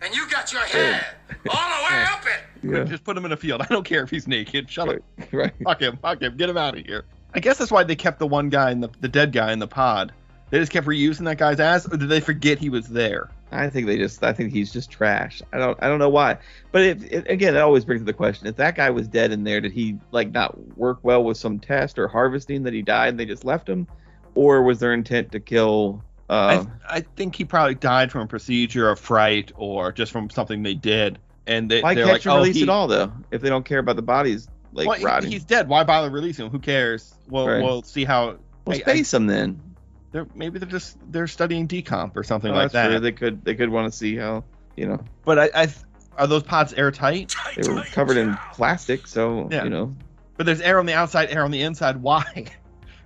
[SPEAKER 6] and you got your head all the way up it.
[SPEAKER 1] Quick, just put him in a field I don't care if he's naked shut up
[SPEAKER 2] Right.
[SPEAKER 1] fuck him fuck him get him out of here I guess that's why they kept the one guy in the the dead guy in the pod they just kept reusing that guy's ass or did they forget he was there
[SPEAKER 2] I think they just. I think he's just trash. I don't. I don't know why. But if, it, again, it always brings up the question: If that guy was dead in there, did he like not work well with some test or harvesting that he died and they just left him, or was their intent to kill
[SPEAKER 1] I,
[SPEAKER 2] Um,
[SPEAKER 1] I think he probably died from a procedure or fright or just from something they did. And they,
[SPEAKER 2] why
[SPEAKER 1] they're
[SPEAKER 2] can't
[SPEAKER 1] like,
[SPEAKER 2] you
[SPEAKER 1] oh,
[SPEAKER 2] release
[SPEAKER 1] he,
[SPEAKER 2] it all though? If they don't care about the bodies like
[SPEAKER 1] well, he-
[SPEAKER 2] rotting,
[SPEAKER 1] he's dead. Why bother releasing him? Who cares? We'll,
[SPEAKER 2] Right.
[SPEAKER 1] we'll see how.
[SPEAKER 2] well,
[SPEAKER 1] I- I-
[SPEAKER 2] space them then.
[SPEAKER 1] they're, maybe they're just they're studying decomp or something
[SPEAKER 2] Oh,
[SPEAKER 1] like
[SPEAKER 2] that's
[SPEAKER 1] that.
[SPEAKER 2] true. They could they could want to see how you know
[SPEAKER 1] But I, I are those pods airtight?
[SPEAKER 2] they were covered in plastic, so
[SPEAKER 1] Yeah.
[SPEAKER 2] you know
[SPEAKER 1] But there's air on the outside, air on the inside. Why?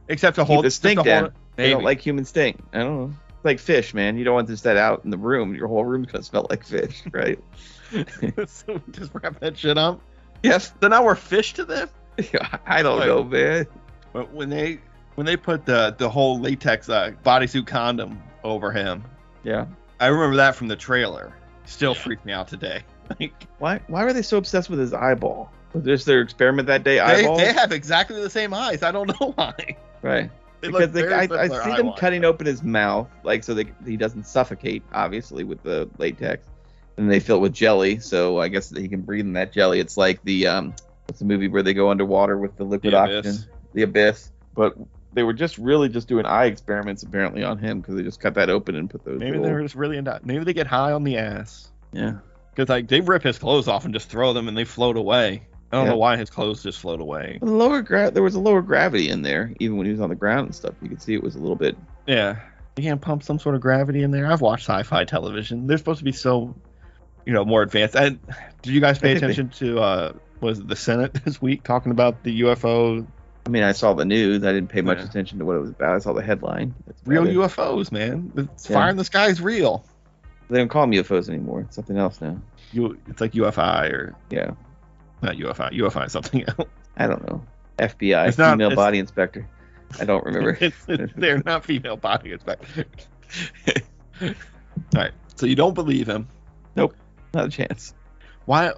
[SPEAKER 1] Except to
[SPEAKER 2] keep
[SPEAKER 1] hold
[SPEAKER 2] the
[SPEAKER 1] just to
[SPEAKER 2] stink
[SPEAKER 1] hold
[SPEAKER 2] down.
[SPEAKER 1] it-
[SPEAKER 2] They don't
[SPEAKER 1] Maybe.
[SPEAKER 2] like human stink. I don't know. It's like fish, man. You don't want this that out in the room. Your whole room's gonna smell like fish, right?
[SPEAKER 1] so we just wrap that shit up.
[SPEAKER 2] yes.
[SPEAKER 1] So now we're fish to them.
[SPEAKER 2] I don't
[SPEAKER 1] Right.
[SPEAKER 2] know, man.
[SPEAKER 1] But when they when they put the the whole latex uh, bodysuit condom over him,
[SPEAKER 2] Yeah.
[SPEAKER 1] I remember that from the trailer. Still freaked me out today. Like,
[SPEAKER 2] Why why were they so obsessed with his eyeball? Was this their experiment that day?
[SPEAKER 1] they,
[SPEAKER 2] Eyeball,
[SPEAKER 1] they have exactly the same eyes. I don't know why.
[SPEAKER 2] right?
[SPEAKER 1] They
[SPEAKER 2] because
[SPEAKER 1] look
[SPEAKER 2] they,
[SPEAKER 1] very
[SPEAKER 2] I, I
[SPEAKER 1] similar
[SPEAKER 2] see
[SPEAKER 1] eye
[SPEAKER 2] them
[SPEAKER 1] wise.
[SPEAKER 2] cutting open his mouth, like so they, he doesn't suffocate, obviously, with the latex. And they fill it with jelly, so I guess that he can breathe in that jelly. It's like the um, what's the movie where they go underwater with the liquid
[SPEAKER 1] The
[SPEAKER 2] oxygen,
[SPEAKER 1] Abyss.
[SPEAKER 2] the abyss. But they were just really just doing eye experiments apparently on him because they just cut that open and put those.
[SPEAKER 1] Maybe
[SPEAKER 2] little-
[SPEAKER 1] they were just really into. Maybe they get high on the ass.
[SPEAKER 2] yeah.
[SPEAKER 1] Because like they rip his clothes off and just throw them and they float away. I don't
[SPEAKER 2] Yeah.
[SPEAKER 1] know why his clothes just float away.
[SPEAKER 2] The lower gra- there was a lower gravity in there, even when he was on the ground and stuff. You could see it was a little bit.
[SPEAKER 1] Yeah. You can't pump some sort of gravity in there. I've watched sci-fi television. They're supposed to be so, you know, more advanced. And did you guys pay
[SPEAKER 2] I think they-
[SPEAKER 1] attention to uh was it the Senate this week talking about the UFO
[SPEAKER 2] I mean, I saw the news. I didn't pay much
[SPEAKER 1] Yeah.
[SPEAKER 2] attention to what it was about. I saw the headline. That's about
[SPEAKER 1] real
[SPEAKER 2] it.
[SPEAKER 1] UFOs, man? It's
[SPEAKER 2] Yeah.
[SPEAKER 1] Fire in the sky is real.
[SPEAKER 2] They don't call them UFOs anymore. It's something else now.
[SPEAKER 1] You, it's like UFI or
[SPEAKER 2] Yeah.
[SPEAKER 1] not UFI. UFI is something else.
[SPEAKER 2] I don't know. FBI,
[SPEAKER 1] It's not-
[SPEAKER 2] female
[SPEAKER 1] it's-
[SPEAKER 2] body inspector. I don't remember.
[SPEAKER 1] It's- it's- they're not female body inspectors. All right. So you don't believe him.
[SPEAKER 2] not a chance.
[SPEAKER 1] Why?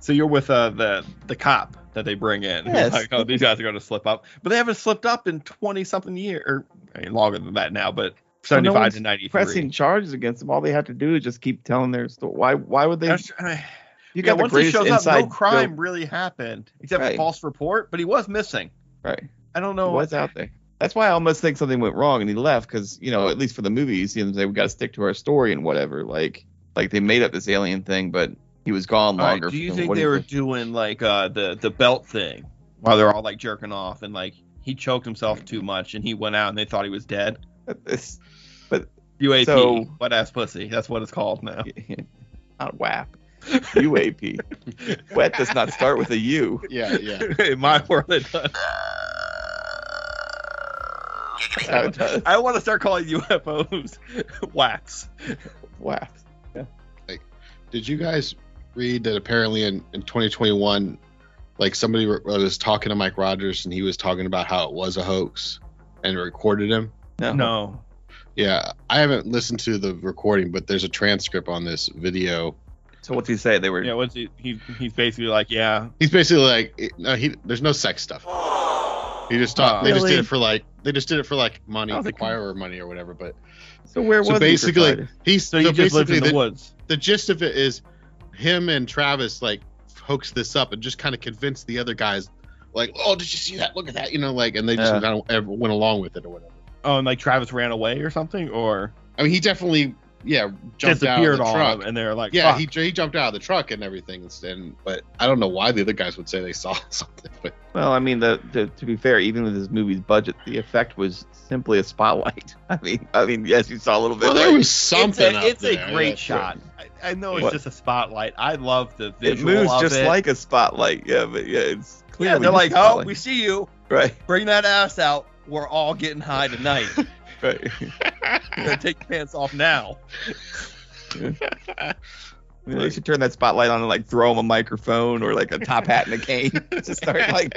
[SPEAKER 1] So you're with uh, the the cop that they bring in. who's
[SPEAKER 2] Yes.
[SPEAKER 1] Like, oh, these guys are going to slip up, but they haven't slipped up in twenty something years, or I mean, longer than that now, but
[SPEAKER 2] Well,
[SPEAKER 1] seventy
[SPEAKER 2] no
[SPEAKER 1] five
[SPEAKER 2] one's
[SPEAKER 1] to ninety
[SPEAKER 2] Pressing
[SPEAKER 1] three.
[SPEAKER 2] charges against them. All they have to do is just keep telling their story. Why? Why would they? You
[SPEAKER 1] Yeah,
[SPEAKER 2] got the
[SPEAKER 1] once he
[SPEAKER 2] greatest
[SPEAKER 1] shows up,
[SPEAKER 2] inside
[SPEAKER 1] no crime
[SPEAKER 2] joke.
[SPEAKER 1] really happened except
[SPEAKER 2] Right.
[SPEAKER 1] for false report, but he was missing.
[SPEAKER 2] Right.
[SPEAKER 1] I don't
[SPEAKER 2] He
[SPEAKER 1] know.
[SPEAKER 2] was out there. That's why I almost think something went wrong and he left because you know at least for the movie you see them say we got to stick to our story and whatever. Like like they made up this alien thing, but he was gone
[SPEAKER 1] All right,
[SPEAKER 2] longer.
[SPEAKER 1] do you
[SPEAKER 2] than
[SPEAKER 1] think
[SPEAKER 2] what he
[SPEAKER 1] they were
[SPEAKER 2] was-
[SPEAKER 1] doing like uh, the the belt thing while they're all like jerking off and like he choked himself too much and he went out and they thought he was dead?
[SPEAKER 2] It's
[SPEAKER 1] UAP,
[SPEAKER 2] So-
[SPEAKER 1] butt ass pussy. That's what it's called now.
[SPEAKER 2] not WAP. UAP. Wet does not start with a U.
[SPEAKER 3] Yeah, yeah.
[SPEAKER 1] In my world, it does.
[SPEAKER 2] That's how it does.
[SPEAKER 1] I want to start calling UFOs wax.
[SPEAKER 2] WAP.
[SPEAKER 3] Did you guys read that apparently in, in 2021, like somebody re- was talking to Mike Rogers and he was talking about how it was a hoax and recorded him?
[SPEAKER 1] No.
[SPEAKER 3] Yeah, I haven't listened to the recording, but there's a transcript on this video.
[SPEAKER 2] So what's he say? They were
[SPEAKER 1] Yeah, what's he, he? He's basically like, yeah,
[SPEAKER 3] He's basically like, it- no, he there's no sex stuff. He just talked.
[SPEAKER 1] Oh.
[SPEAKER 3] they just did
[SPEAKER 2] Really?
[SPEAKER 3] it for like they just did it for like money,
[SPEAKER 2] I was like-
[SPEAKER 3] acquirer money or whatever. But
[SPEAKER 2] So where
[SPEAKER 3] so
[SPEAKER 2] was
[SPEAKER 3] basically,
[SPEAKER 2] he for Friday?
[SPEAKER 3] he's
[SPEAKER 1] so, he just lived
[SPEAKER 3] basically
[SPEAKER 1] in the,
[SPEAKER 3] the-
[SPEAKER 1] woods.
[SPEAKER 3] the gist of it is him and Travis like hoaxed this up and just kind of convinced the other guys like, oh, did you see that? Look at that, you know, like, and they just
[SPEAKER 2] Yeah.
[SPEAKER 3] kind of ever went along with it or whatever.
[SPEAKER 1] Oh, and like Travis ran away or something, or
[SPEAKER 3] I mean, he definitely, yeah, jumped out of
[SPEAKER 1] disappeared
[SPEAKER 3] the
[SPEAKER 1] on
[SPEAKER 3] truck.
[SPEAKER 1] him, and they're like,
[SPEAKER 3] yeah,
[SPEAKER 1] fuck.
[SPEAKER 3] he, he jumped out of the truck and everything, and, and but I don't know why the other guys would say they saw something. But
[SPEAKER 2] Well, I mean, the, the to be fair, even with this movie's budget, the effect was simply a spotlight. I mean, I mean, yes, you saw a little bit.
[SPEAKER 3] well, there
[SPEAKER 2] like,
[SPEAKER 3] was something. up
[SPEAKER 1] It's a, it's
[SPEAKER 3] there,
[SPEAKER 1] a great
[SPEAKER 3] that's
[SPEAKER 1] shot. I, I know it's
[SPEAKER 2] What?
[SPEAKER 1] just a spotlight. I love the
[SPEAKER 2] it
[SPEAKER 1] visual
[SPEAKER 2] moves
[SPEAKER 1] of
[SPEAKER 2] just
[SPEAKER 1] it.
[SPEAKER 2] like a spotlight. Yeah, but yeah, it's clearly
[SPEAKER 1] yeah, they're
[SPEAKER 2] a
[SPEAKER 1] like, oh,
[SPEAKER 2] spotlight."
[SPEAKER 1] we see you.
[SPEAKER 2] right,
[SPEAKER 1] Bring that ass out. We're all getting high tonight.
[SPEAKER 2] right.
[SPEAKER 1] You're gonna take your pants off now.
[SPEAKER 2] I mean, they should turn that spotlight on and like throw him a microphone or like a top hat and a cane to start like.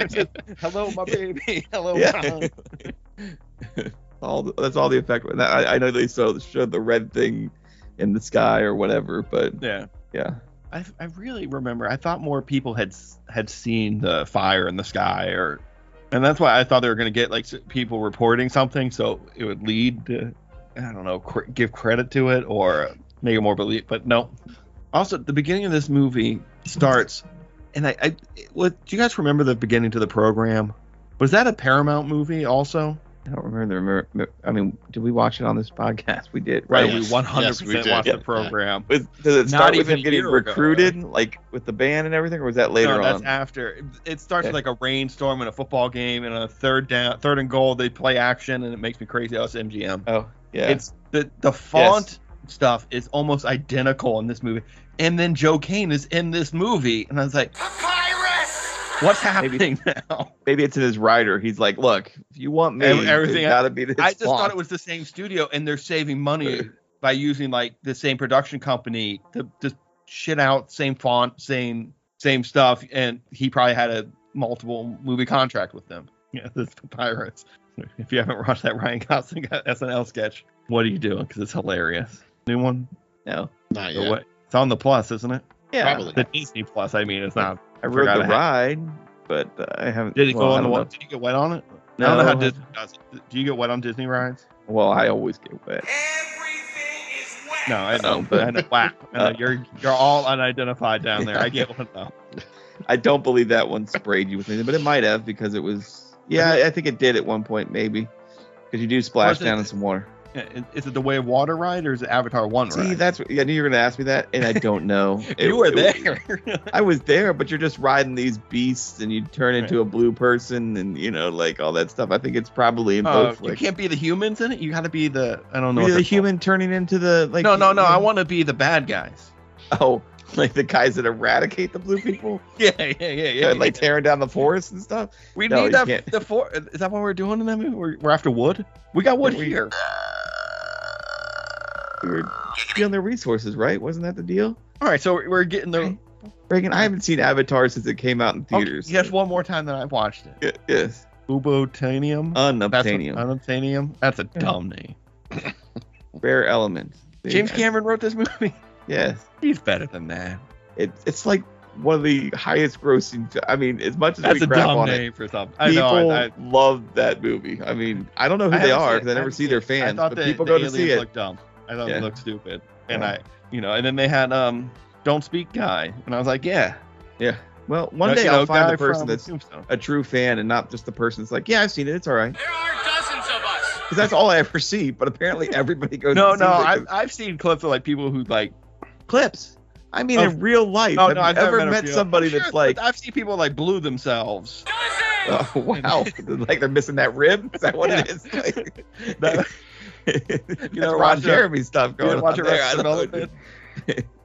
[SPEAKER 1] Hello, my baby. Hello, mom.
[SPEAKER 2] yeah. all the, that's all the effect. was. I, I know they showed, showed the red thing in the sky or whatever, but
[SPEAKER 1] Yeah.
[SPEAKER 2] yeah,
[SPEAKER 1] I, I really remember. I thought more people had s- had seen the fire in the sky, or and that's why I thought they were going to get like s- people reporting something, so it would lead to I don't know, cr- give credit to it or make it more believe. But no. Also, the beginning of this movie starts, and I, I what do you guys remember the beginning to the program? Was that a Paramount movie also?
[SPEAKER 2] I don't remember the. remem- I mean, did we watch it on this podcast? We did,
[SPEAKER 1] Right,
[SPEAKER 2] right?
[SPEAKER 3] Yes.
[SPEAKER 1] we 100%
[SPEAKER 3] Yes, we
[SPEAKER 1] watched
[SPEAKER 3] did.
[SPEAKER 1] the program.
[SPEAKER 2] With, does it
[SPEAKER 1] Oh, Not
[SPEAKER 2] start with
[SPEAKER 1] even
[SPEAKER 2] him
[SPEAKER 1] a
[SPEAKER 2] getting
[SPEAKER 1] year ago,
[SPEAKER 2] recruited, like with the band and everything, or was that later
[SPEAKER 1] no, that's
[SPEAKER 2] on?
[SPEAKER 1] after. It starts
[SPEAKER 2] Okay.
[SPEAKER 1] with like a rainstorm in a football game and a third down, third and goal. They play action and it makes me crazy. Oh, it's MGM.
[SPEAKER 2] oh, yeah.
[SPEAKER 1] It's the the font stuff is almost identical in this movie. And then Joe Kane is in this movie, and I was like,
[SPEAKER 6] Papyrus!
[SPEAKER 1] what's
[SPEAKER 2] Maybe-
[SPEAKER 1] happening now?
[SPEAKER 2] Maybe it's in his rider. He's like, look, if you want me,
[SPEAKER 1] Ev- everything-
[SPEAKER 2] it's got to be this.
[SPEAKER 1] I just thought
[SPEAKER 2] font."
[SPEAKER 1] it was the same studio, and they're saving money by using like the same production company to just shit out same font, same same stuff. And he probably had a multiple movie contract with them. Yeah, this papyrus. If you haven't watched that Ryan Gosling SNL sketch, what are you doing? Because it's hilarious. New one?
[SPEAKER 2] no.
[SPEAKER 3] Not
[SPEAKER 1] Or
[SPEAKER 3] yet.
[SPEAKER 1] what? It's on the plus, isn't it?
[SPEAKER 2] Yeah,
[SPEAKER 3] Probably.
[SPEAKER 1] The Disney Plus. I mean, it's not.
[SPEAKER 2] I rode
[SPEAKER 1] forgot
[SPEAKER 2] the
[SPEAKER 1] I had-
[SPEAKER 2] ride, but uh, I haven't.
[SPEAKER 1] Did it
[SPEAKER 2] well,
[SPEAKER 1] go
[SPEAKER 2] I
[SPEAKER 1] on the
[SPEAKER 2] don't
[SPEAKER 1] one?
[SPEAKER 2] know.
[SPEAKER 1] Did you get wet on it?
[SPEAKER 2] No,
[SPEAKER 1] I don't know how
[SPEAKER 2] I
[SPEAKER 1] Disney does it. Do you get wet on Disney rides?
[SPEAKER 2] Well, I always get wet.
[SPEAKER 6] Everything is wet!
[SPEAKER 1] No, I know.
[SPEAKER 2] No, but-
[SPEAKER 1] I know. Wow. I know. You're you're all unidentified down there. I get one though.
[SPEAKER 2] I don't believe that one sprayed you with anything, but it might have because it was. Yeah, I think it did at one point, maybe, because you do splash
[SPEAKER 1] Was it-
[SPEAKER 2] down in some water.
[SPEAKER 1] Yeah, Is it the Way of Water ride or is it Avatar One
[SPEAKER 2] See,
[SPEAKER 1] ride?
[SPEAKER 2] that's. What, yeah, I knew you were gonna ask me that, and I don't know. It-
[SPEAKER 1] you were
[SPEAKER 2] it-
[SPEAKER 1] there.
[SPEAKER 2] I was there, but you're just riding these beasts, and you turn into a blue person, and you know, like all that stuff. I think it's probably in
[SPEAKER 1] Uh,
[SPEAKER 2] both.
[SPEAKER 1] you
[SPEAKER 2] Like,
[SPEAKER 1] can't be the humans in it. You got to be the I don't know.
[SPEAKER 2] Were
[SPEAKER 1] what
[SPEAKER 2] you the
[SPEAKER 1] they're
[SPEAKER 2] human turning into the like.
[SPEAKER 1] called. no, no, no. I want to be the bad guys.
[SPEAKER 2] Oh, like the guys that eradicate the blue people,
[SPEAKER 1] Yeah, yeah, yeah, yeah.
[SPEAKER 2] yeah, like
[SPEAKER 1] yeah.
[SPEAKER 2] tearing down the forest and stuff.
[SPEAKER 1] we
[SPEAKER 2] no,
[SPEAKER 1] need
[SPEAKER 2] you
[SPEAKER 1] that.
[SPEAKER 2] can't.
[SPEAKER 1] The four. Is that what we're doing in that movie? We're, we're after wood. We got wood
[SPEAKER 2] We-
[SPEAKER 1] here.
[SPEAKER 2] We were stealing their resources, right? Wasn't that the deal?
[SPEAKER 1] All right, so we're- we're getting the.
[SPEAKER 2] Okay. Reagan, I haven't seen Avatar since it came out in
[SPEAKER 1] Okay,
[SPEAKER 2] theaters.
[SPEAKER 1] yes, one more time that I've watched it.
[SPEAKER 2] Y- Yes.
[SPEAKER 1] Ubotanium. That's what-
[SPEAKER 2] Unobtainium.
[SPEAKER 1] unobtainium. That's a dumb name.
[SPEAKER 2] Rare element. There you
[SPEAKER 1] James
[SPEAKER 2] go.
[SPEAKER 1] Cameron wrote this movie.
[SPEAKER 2] Yes.
[SPEAKER 1] He's better than that.
[SPEAKER 2] It, it's like one of the highest grossing. I mean, as much as
[SPEAKER 1] That's
[SPEAKER 2] we
[SPEAKER 1] a
[SPEAKER 2] crap
[SPEAKER 1] dumb
[SPEAKER 2] on
[SPEAKER 1] name for something.
[SPEAKER 2] it,
[SPEAKER 1] I know.
[SPEAKER 2] people
[SPEAKER 1] I, I,
[SPEAKER 2] love that movie. I mean, I don't know who
[SPEAKER 1] I
[SPEAKER 2] they
[SPEAKER 1] haven't seen
[SPEAKER 2] are
[SPEAKER 1] it.
[SPEAKER 2] because I never
[SPEAKER 1] haven't
[SPEAKER 2] see
[SPEAKER 1] seen
[SPEAKER 2] their
[SPEAKER 1] it. I
[SPEAKER 2] fans,
[SPEAKER 1] thought
[SPEAKER 2] but
[SPEAKER 1] the-
[SPEAKER 2] people
[SPEAKER 1] the
[SPEAKER 2] go to
[SPEAKER 1] aliens
[SPEAKER 2] see it.
[SPEAKER 1] Looked dumb. I thought
[SPEAKER 2] Yeah.
[SPEAKER 1] it looked stupid, and
[SPEAKER 2] Yeah.
[SPEAKER 1] I, you know, and then they had um, don't speak guy, and I was like, yeah.
[SPEAKER 2] Yeah. Well, one
[SPEAKER 1] You
[SPEAKER 2] day
[SPEAKER 1] know,
[SPEAKER 2] I'll find
[SPEAKER 1] guy
[SPEAKER 2] the person
[SPEAKER 1] from
[SPEAKER 2] that's
[SPEAKER 1] Tombstone.
[SPEAKER 2] a true fan and not just the person that's like, yeah, I've seen it. It's all right.
[SPEAKER 6] There are dozens of us!
[SPEAKER 2] Because that's all I ever see. But apparently everybody goes.
[SPEAKER 1] No,
[SPEAKER 2] and sees
[SPEAKER 1] no,
[SPEAKER 2] it 'cause-
[SPEAKER 1] I've, I've seen clips of like people who like.
[SPEAKER 2] clips. I mean,
[SPEAKER 1] Of-
[SPEAKER 2] in real life,
[SPEAKER 1] Oh, No,
[SPEAKER 2] have
[SPEAKER 1] no,
[SPEAKER 2] you
[SPEAKER 1] I've never
[SPEAKER 2] ever
[SPEAKER 1] met a
[SPEAKER 2] met,
[SPEAKER 1] few-
[SPEAKER 2] somebody
[SPEAKER 1] Sure,
[SPEAKER 2] that's like,
[SPEAKER 1] I've seen people like blew themselves.
[SPEAKER 6] Dozens!
[SPEAKER 1] Uh.
[SPEAKER 2] oh, wow, like they're missing that rib? Is that what it is? Like,
[SPEAKER 1] That-
[SPEAKER 2] that's
[SPEAKER 1] You know,
[SPEAKER 2] Ron
[SPEAKER 1] watch it-
[SPEAKER 2] Jeremy stuff
[SPEAKER 1] You
[SPEAKER 2] going
[SPEAKER 1] didn't watch
[SPEAKER 2] on
[SPEAKER 1] Arrested
[SPEAKER 2] there. I, don't know.
[SPEAKER 1] Development?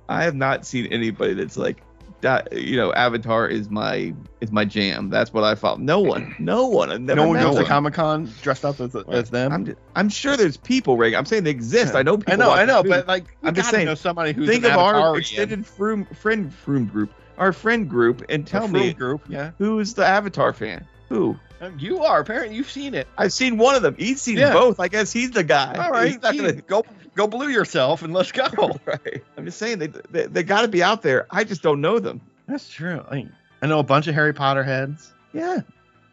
[SPEAKER 2] I have not seen anybody that's like, that, you know, Avatar is my is my jam. That's what I follow. No one, no one. I've never
[SPEAKER 1] No one
[SPEAKER 2] met
[SPEAKER 1] goes to
[SPEAKER 2] one.
[SPEAKER 1] Comic Con dressed up as, as them.
[SPEAKER 2] I'm, just, I'm sure there's people, Ray. I'm saying they exist.
[SPEAKER 1] Yeah.
[SPEAKER 2] I know people.
[SPEAKER 1] I know,
[SPEAKER 2] watch
[SPEAKER 1] I know,
[SPEAKER 2] this movie.
[SPEAKER 1] but like,
[SPEAKER 2] I'm
[SPEAKER 1] I'm
[SPEAKER 2] just
[SPEAKER 1] just
[SPEAKER 2] saying,
[SPEAKER 1] know somebody who's
[SPEAKER 2] think
[SPEAKER 1] an
[SPEAKER 2] of our
[SPEAKER 1] Avatarian.
[SPEAKER 2] extended froom, friend friend group, our friend group, and
[SPEAKER 1] A
[SPEAKER 2] tell
[SPEAKER 1] friend
[SPEAKER 2] me
[SPEAKER 1] group. Yeah,
[SPEAKER 2] who's the Avatar fan. Who?
[SPEAKER 1] Um, you are. Apparently, you've seen it.
[SPEAKER 2] I've seen one of them. He's seen
[SPEAKER 1] Yeah.
[SPEAKER 2] both. I guess he's the guy.
[SPEAKER 1] All right,
[SPEAKER 2] He's not
[SPEAKER 1] geez,
[SPEAKER 2] gonna-
[SPEAKER 1] go go blue yourself and let's go.
[SPEAKER 2] right. I'm just saying they they, they got to be out there. I just don't know them.
[SPEAKER 1] That's true. I, I know a bunch of Harry Potter heads.
[SPEAKER 2] Yeah.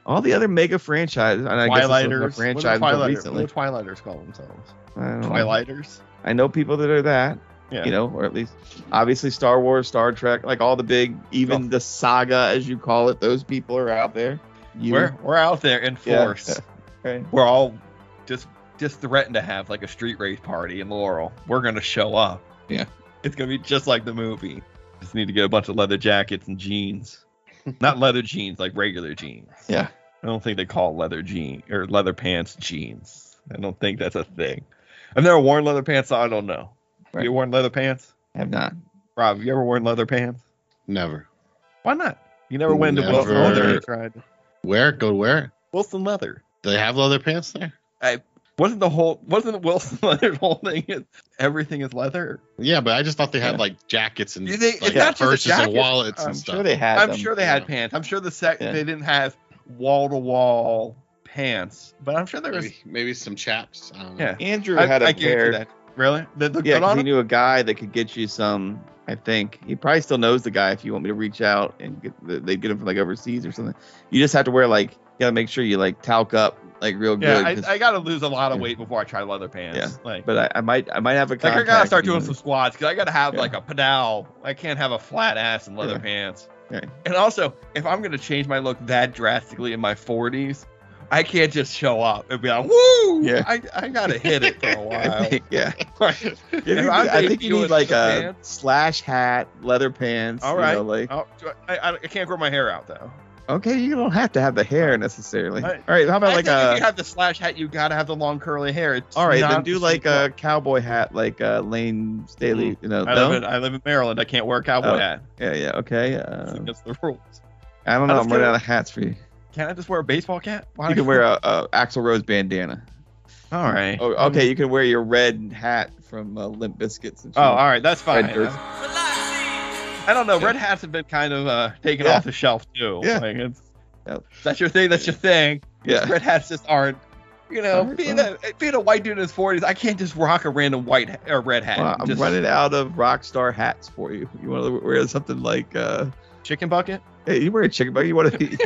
[SPEAKER 2] All the other mega franchises, and I
[SPEAKER 1] Twilighters.
[SPEAKER 2] guess
[SPEAKER 1] What do
[SPEAKER 2] franchise
[SPEAKER 1] Twilighters-
[SPEAKER 2] recently.
[SPEAKER 1] What do Twilighters call themselves?
[SPEAKER 2] I, don't know.
[SPEAKER 1] Twilighters.
[SPEAKER 2] I know people that are that.
[SPEAKER 1] Yeah.
[SPEAKER 2] You know, or at least obviously Star Wars, Star Trek, like all the big, even
[SPEAKER 1] Oh.
[SPEAKER 2] the saga as you call it. Those people are out there. You,
[SPEAKER 1] We're we're out there in
[SPEAKER 2] Yeah.
[SPEAKER 1] force.
[SPEAKER 2] Right.
[SPEAKER 1] We're all just just threatened to have like a street race party in Laurel. We're gonna show up.
[SPEAKER 2] Yeah.
[SPEAKER 1] It's gonna be just like the movie. Just need to get a bunch of leather jackets and jeans. Not leather jeans, like regular jeans.
[SPEAKER 2] Yeah.
[SPEAKER 1] I don't think they call leather jean or leather pants jeans. I don't think that's a thing. I've never worn leather pants, so I don't know.
[SPEAKER 2] Right.
[SPEAKER 1] You worn leather pants,
[SPEAKER 2] Have not.
[SPEAKER 1] Rob? Have you ever worn leather pants?
[SPEAKER 3] Never.
[SPEAKER 1] Why not? You never went to Wilson
[SPEAKER 2] Never.
[SPEAKER 1] Leather. and Tried
[SPEAKER 3] Where? Go where?
[SPEAKER 1] Wilson Leather.
[SPEAKER 3] Do they have leather pants there?
[SPEAKER 1] Wasn't the whole wasn't Wilson Leather's whole thing is everything is leather?
[SPEAKER 3] Yeah, but I just thought they had
[SPEAKER 2] Yeah.
[SPEAKER 3] like jackets and
[SPEAKER 1] You think-
[SPEAKER 3] like,
[SPEAKER 1] it's not just a
[SPEAKER 3] purses and
[SPEAKER 1] jacket.
[SPEAKER 3] wallets
[SPEAKER 2] I'm
[SPEAKER 3] and stuff.
[SPEAKER 2] sure they had.
[SPEAKER 1] I'm
[SPEAKER 2] them.
[SPEAKER 1] sure they
[SPEAKER 3] yeah.
[SPEAKER 1] had pants. I'm sure the sec
[SPEAKER 2] Yeah.
[SPEAKER 1] they didn't have wall to wall pants, but I'm sure there was.
[SPEAKER 3] maybe, maybe some chaps. I don't know.
[SPEAKER 1] Yeah,
[SPEAKER 2] Andrew
[SPEAKER 1] I,
[SPEAKER 2] had a
[SPEAKER 1] I guarantee
[SPEAKER 2] pair.
[SPEAKER 1] that. Really? That looked
[SPEAKER 2] Yeah,
[SPEAKER 1] good
[SPEAKER 2] 'cause
[SPEAKER 1] on
[SPEAKER 2] he
[SPEAKER 1] him?
[SPEAKER 2] knew a guy that could get you some. I think he probably still knows the guy. If you want me to reach out and get, they get him from like overseas or something. You just have to wear like you gotta make sure you like talc up like real
[SPEAKER 1] Yeah,
[SPEAKER 2] good. 'cause-
[SPEAKER 1] I, I gotta lose a lot of
[SPEAKER 2] Yeah.
[SPEAKER 1] weight before I try leather pants.
[SPEAKER 2] Yeah.
[SPEAKER 1] Like,
[SPEAKER 2] but I, I might I might have a
[SPEAKER 1] Like I
[SPEAKER 2] contact.
[SPEAKER 1] gotta start
[SPEAKER 2] you
[SPEAKER 1] doing
[SPEAKER 2] know.
[SPEAKER 1] some squats because I gotta have
[SPEAKER 2] Yeah.
[SPEAKER 1] like a pedal. I can't have a flat ass in leather
[SPEAKER 2] Yeah.
[SPEAKER 1] pants.
[SPEAKER 2] Right.
[SPEAKER 1] And also, if I'm gonna change my look that drastically in my 40s, I can't just show up and be like, woo!
[SPEAKER 2] Yeah.
[SPEAKER 1] I, I gotta hit it for a while.
[SPEAKER 2] yeah.
[SPEAKER 1] Right.
[SPEAKER 2] If you-
[SPEAKER 1] I'm
[SPEAKER 2] I think you
[SPEAKER 1] doing
[SPEAKER 2] need like a
[SPEAKER 1] pants-
[SPEAKER 2] slash hat, leather pants.
[SPEAKER 1] All
[SPEAKER 2] you
[SPEAKER 1] right.
[SPEAKER 2] know, like
[SPEAKER 1] Oh, do I, I, I can't grow my hair out though.
[SPEAKER 2] okay, you don't have to have the hair necessarily.
[SPEAKER 1] All right.
[SPEAKER 2] All right, how
[SPEAKER 1] I
[SPEAKER 2] about like
[SPEAKER 1] think if
[SPEAKER 2] a
[SPEAKER 1] you have the slash hat, you gotta have the long curly hair. It's
[SPEAKER 2] all right, then
[SPEAKER 1] not
[SPEAKER 2] do
[SPEAKER 1] the
[SPEAKER 2] like
[SPEAKER 1] same
[SPEAKER 2] a cowboy hat, like uh, Lane Staley. You know,
[SPEAKER 1] look. I live,
[SPEAKER 2] no?
[SPEAKER 1] in, I live in Maryland. I can't wear a cowboy
[SPEAKER 2] uh, Oh.
[SPEAKER 1] hat.
[SPEAKER 2] yeah, yeah, okay.
[SPEAKER 1] It's
[SPEAKER 2] Uh,
[SPEAKER 1] against the rules.
[SPEAKER 2] I don't know.
[SPEAKER 1] Let's
[SPEAKER 2] I'm
[SPEAKER 1] do
[SPEAKER 2] running
[SPEAKER 1] it.
[SPEAKER 2] out of hats for you.
[SPEAKER 1] Can't I just wear a baseball cap? Why
[SPEAKER 2] You
[SPEAKER 1] do
[SPEAKER 2] can
[SPEAKER 1] I-
[SPEAKER 2] wear a, a Axl Rose bandana.
[SPEAKER 1] All right.
[SPEAKER 2] Oh, okay, you can wear your red hat from uh, Limp Biscuits. And
[SPEAKER 1] Oh, all right. That's
[SPEAKER 2] Red
[SPEAKER 1] fine.
[SPEAKER 2] Dirt.
[SPEAKER 1] I don't know.
[SPEAKER 2] Yeah.
[SPEAKER 1] Red hats have been kind of uh, taken
[SPEAKER 2] Yeah.
[SPEAKER 1] off the shelf too.
[SPEAKER 2] Yeah.
[SPEAKER 1] Like it's,
[SPEAKER 2] Yep.
[SPEAKER 1] That's your thing. That's your thing.
[SPEAKER 2] yeah.
[SPEAKER 1] Red hats just aren't. You know,
[SPEAKER 2] Alright,
[SPEAKER 1] being
[SPEAKER 2] well.
[SPEAKER 1] a being a white dude in his forties, I can't just rock a random white ha- or red hat.
[SPEAKER 2] Wow, I'm
[SPEAKER 1] just
[SPEAKER 2] running out of rock star hats for you. You want to wear something like, uh,
[SPEAKER 1] chicken bucket.
[SPEAKER 2] hey, you wear a chicken bucket. You want to be,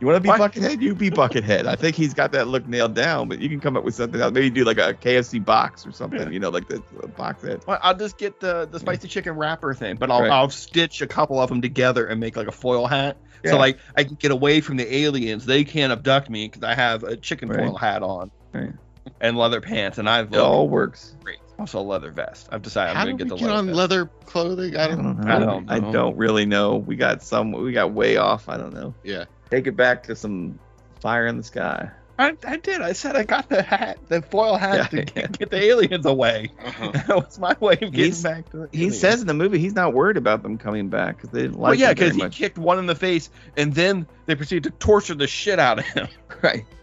[SPEAKER 2] you want to be
[SPEAKER 1] Why-
[SPEAKER 2] Buckethead? You be Buckethead. I think he's got that look nailed down, but you can come up with something else. Maybe do like a KFC box or something.
[SPEAKER 1] Yeah.
[SPEAKER 2] You know, like the, the box that.
[SPEAKER 1] Well, I'll just get the the spicy chicken wrapper thing, but I'll
[SPEAKER 2] Right.
[SPEAKER 1] I'll stitch a couple of them together and make like a foil hat.
[SPEAKER 2] Yeah.
[SPEAKER 1] So like I can get away from the aliens. They can't abduct me because I have a chicken
[SPEAKER 2] Right.
[SPEAKER 1] foil hat on
[SPEAKER 2] Right.
[SPEAKER 1] and leather pants, and I've
[SPEAKER 2] It all works.
[SPEAKER 1] great. Also, a leather vest. I've decided
[SPEAKER 3] How
[SPEAKER 1] I'm
[SPEAKER 3] do
[SPEAKER 1] gonna get
[SPEAKER 3] we
[SPEAKER 1] the
[SPEAKER 3] get
[SPEAKER 1] leather
[SPEAKER 3] on
[SPEAKER 1] vest.
[SPEAKER 3] leather clothing? I don't.
[SPEAKER 2] know.
[SPEAKER 1] I don't
[SPEAKER 2] I
[SPEAKER 1] know.
[SPEAKER 2] don't really know. We got some. We got way off. I don't know.
[SPEAKER 3] Yeah.
[SPEAKER 2] Take it back to some fire in the sky.
[SPEAKER 1] I, I did. I said I got the hat, the foil hat
[SPEAKER 2] Yeah,
[SPEAKER 1] to
[SPEAKER 2] yeah.
[SPEAKER 1] get the aliens away. that was my way of getting
[SPEAKER 2] Uh-huh. He's-
[SPEAKER 1] back to. The
[SPEAKER 2] He
[SPEAKER 1] aliens.
[SPEAKER 2] says in the movie he's not worried about them coming back because they didn't like
[SPEAKER 1] "Well, yeah,
[SPEAKER 2] him very
[SPEAKER 1] because he
[SPEAKER 2] much.
[SPEAKER 1] kicked one in the face, and then they proceeded to torture the shit out of him.
[SPEAKER 2] right.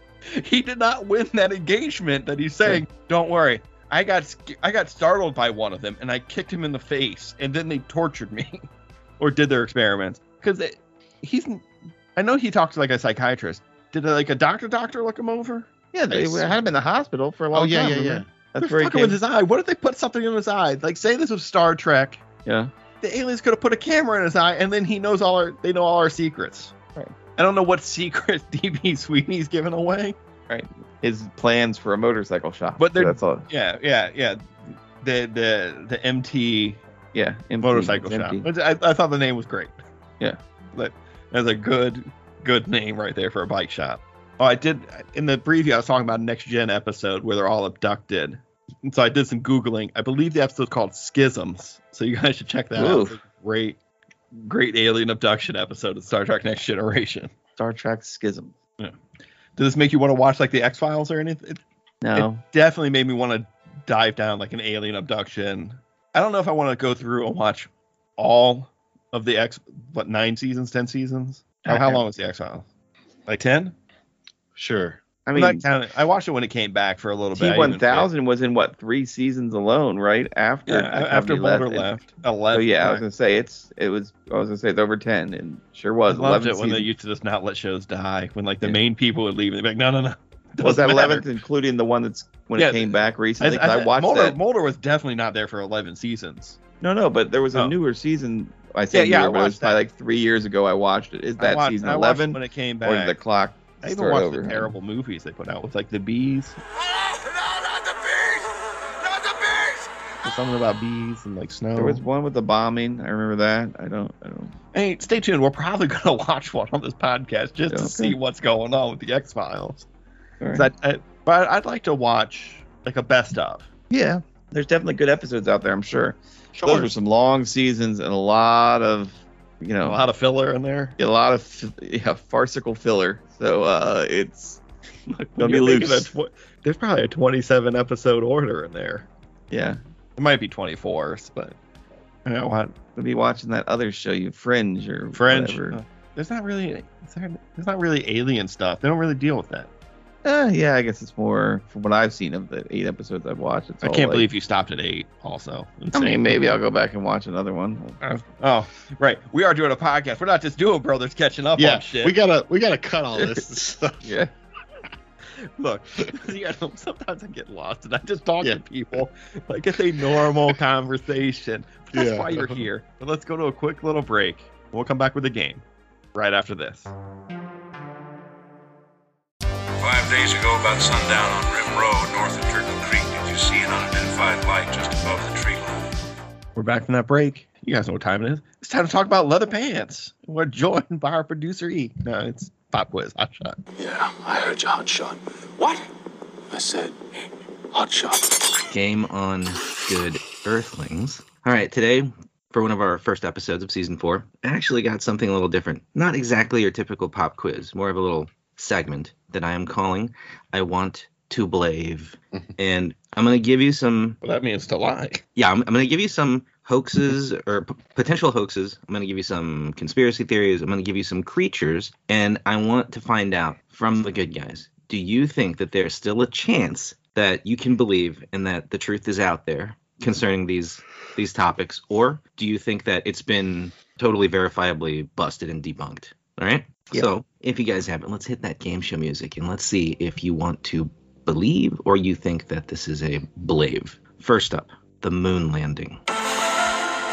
[SPEAKER 1] He did not win that engagement that he's saying. Don't worry, I got sc- I got startled by one of them, and I kicked him in the face, and then they tortured me, or did their experiments because he's. I know he talks like a psychiatrist. Did uh, like a doctor doctor look him over?
[SPEAKER 2] Yeah, they
[SPEAKER 3] Nice.
[SPEAKER 2] had him in the hospital for a long
[SPEAKER 3] Oh yeah,
[SPEAKER 2] time.
[SPEAKER 3] yeah, yeah.
[SPEAKER 2] remember? That's
[SPEAKER 1] They're
[SPEAKER 2] where he
[SPEAKER 1] fucking
[SPEAKER 2] came.
[SPEAKER 1] with his eye. What if they put something in his eye? Like, say this was Star Trek.
[SPEAKER 2] Yeah.
[SPEAKER 1] The aliens could have put a camera in his eye, and then he knows all our. They know all our secrets.
[SPEAKER 2] Right.
[SPEAKER 1] I don't know what secret DB Sweeney's giving away.
[SPEAKER 2] his plans for a motorcycle shop.
[SPEAKER 1] But they're-
[SPEAKER 2] that's all.
[SPEAKER 1] Yeah, yeah, yeah. The the the MT
[SPEAKER 2] Yeah, empty,
[SPEAKER 1] motorcycle
[SPEAKER 2] it's
[SPEAKER 1] shop.
[SPEAKER 2] empty.
[SPEAKER 1] Which I, I thought the name was great.
[SPEAKER 2] Yeah.
[SPEAKER 1] But that's a good good name right there for a bike shop. Oh, I did in the preview I was talking about a next gen episode where they're all abducted. And so I did some Googling. I believe the episode's called Schisms. So you guys should check that out. It's a Great great alien abduction episode of Star Trek Next Generation.
[SPEAKER 2] Star Trek Schism.
[SPEAKER 1] Did this make you want to watch like the X Files or anything?
[SPEAKER 2] No,
[SPEAKER 1] definitely made me want to dive down like an alien abduction. I don't know if I want to go through and watch all of the X, what nine seasons, ten seasons? How, how long was the X Files? Like ten?
[SPEAKER 3] Sure.
[SPEAKER 2] I
[SPEAKER 1] I
[SPEAKER 2] mean,
[SPEAKER 1] mean, I watched it when it came back for a little bit. I
[SPEAKER 2] T
[SPEAKER 1] even-
[SPEAKER 2] one thousand was in what three seasons alone, right? After
[SPEAKER 1] Yeah,
[SPEAKER 2] the
[SPEAKER 1] after
[SPEAKER 2] company
[SPEAKER 1] Mulder
[SPEAKER 2] and-
[SPEAKER 1] left,
[SPEAKER 2] So
[SPEAKER 1] eleven.
[SPEAKER 2] Oh, yeah, I was gonna say it's it was I was gonna say it's over ten and sure was
[SPEAKER 1] I loved
[SPEAKER 2] eleven.
[SPEAKER 1] it when they
[SPEAKER 2] seasons.
[SPEAKER 1] used to just not let shows die. When like the
[SPEAKER 2] Yeah.
[SPEAKER 1] main people would leave, and they'd be like, "No, no, no." doesn't
[SPEAKER 2] was that
[SPEAKER 1] matter."
[SPEAKER 2] eleventh including the one that's when
[SPEAKER 1] Yeah,
[SPEAKER 2] it came back recently?
[SPEAKER 1] I,
[SPEAKER 2] 'Cause I,
[SPEAKER 1] I-
[SPEAKER 2] watched
[SPEAKER 1] Mulder,
[SPEAKER 2] that.
[SPEAKER 1] Mulder was definitely not there for eleven seasons.
[SPEAKER 2] No, no, but there was a
[SPEAKER 1] Oh.
[SPEAKER 2] newer season. I
[SPEAKER 1] Yeah,
[SPEAKER 2] say
[SPEAKER 1] yeah, I
[SPEAKER 2] newer, but it was
[SPEAKER 1] watched
[SPEAKER 2] probably
[SPEAKER 1] that.
[SPEAKER 2] like three years ago. I watched it. Is
[SPEAKER 1] I
[SPEAKER 2] that
[SPEAKER 1] watched,
[SPEAKER 2] season
[SPEAKER 1] I watched
[SPEAKER 2] eleven
[SPEAKER 1] when it came back?
[SPEAKER 2] or did the clock
[SPEAKER 1] I even
[SPEAKER 2] start
[SPEAKER 1] watched
[SPEAKER 2] over?
[SPEAKER 1] the terrible movies they put out with like the bees. There's something about bees and like snow.
[SPEAKER 2] There was one with the bombing. I remember that. I don't. I don't.
[SPEAKER 1] hey, stay tuned. We're probably gonna watch one on this podcast just
[SPEAKER 2] Okay.
[SPEAKER 1] to see what's going on with the X Files.
[SPEAKER 2] all right.
[SPEAKER 1] But I'd like to watch like a best of.
[SPEAKER 2] yeah, there's definitely good episodes out there. I'm sure. Those
[SPEAKER 1] Sure.
[SPEAKER 2] were some long seasons and a lot of, you
[SPEAKER 1] A
[SPEAKER 2] know,
[SPEAKER 1] lot of filler in there.
[SPEAKER 2] a lot of f- yeah, farcical filler. So uh, it's gonna be
[SPEAKER 1] You're thinking
[SPEAKER 2] loose.
[SPEAKER 1] of tw- There's probably a 27 episode order in there.
[SPEAKER 2] Yeah,
[SPEAKER 1] It might be 24, but I don't want
[SPEAKER 2] we'll be watching that other show, you Fringe or
[SPEAKER 1] French.
[SPEAKER 2] Whatever.
[SPEAKER 1] Uh, there's not really is there, there's not really alien stuff. They don't really deal with that. Oh.
[SPEAKER 2] Uh, yeah, I guess it's more from what I've seen of the eight episodes I've watched. It's
[SPEAKER 1] I
[SPEAKER 2] all
[SPEAKER 1] can't
[SPEAKER 2] like-
[SPEAKER 1] believe you stopped at eight. Also,
[SPEAKER 2] I mean,
[SPEAKER 1] Insane.
[SPEAKER 2] maybe I'll go back and watch another one.
[SPEAKER 1] Uh, oh, right. We are doing a podcast. We're not just doing brothers catching up
[SPEAKER 3] yeah.
[SPEAKER 1] on shit.
[SPEAKER 3] We gotta we gotta cut all this stuff.
[SPEAKER 2] Yeah,
[SPEAKER 1] Look, you know, sometimes I get lost and I just talk
[SPEAKER 3] Yeah.
[SPEAKER 1] to people like it's a normal conversation. But that's
[SPEAKER 3] Yeah.
[SPEAKER 1] why you're here. But let's go to a quick little break. We'll come back with a game right after this.
[SPEAKER 7] Five days ago, about sundown on Rim Road, north of Turtle Creek, did you see an unidentified light just above the tree line?
[SPEAKER 1] We're back from that break. You guys know what time it is. It's time to talk about leather pants. We're joined by our producer E. No, it's Pop quiz, hot shot.
[SPEAKER 8] Yeah, I heard you hot shot.
[SPEAKER 6] What?
[SPEAKER 8] I said hot shot.
[SPEAKER 9] Game on good earthlings. All right, today for one of our first episodes of season four, I actually got something a little different. Not exactly your typical pop quiz, more of a little segment that I am calling I Want to Blave. and I'm going to give you some
[SPEAKER 1] Well, that means to lie.
[SPEAKER 9] yeah, I'm, I'm going to give you some hoaxes or p- potential hoaxes. I'm going to give you some conspiracy theories. I'm going to give you some creatures. And I want to find out from the good guys do you think that there's still a chance that you can believe and that the truth is out there concerning these these topics? Or do you think that it's been totally verifiably busted and debunked? All right.
[SPEAKER 2] Yeah.
[SPEAKER 9] So if you guys haven't, let's hit that game show music and let's see if you want to believe or you think that this is a blave. First up, the moon landing.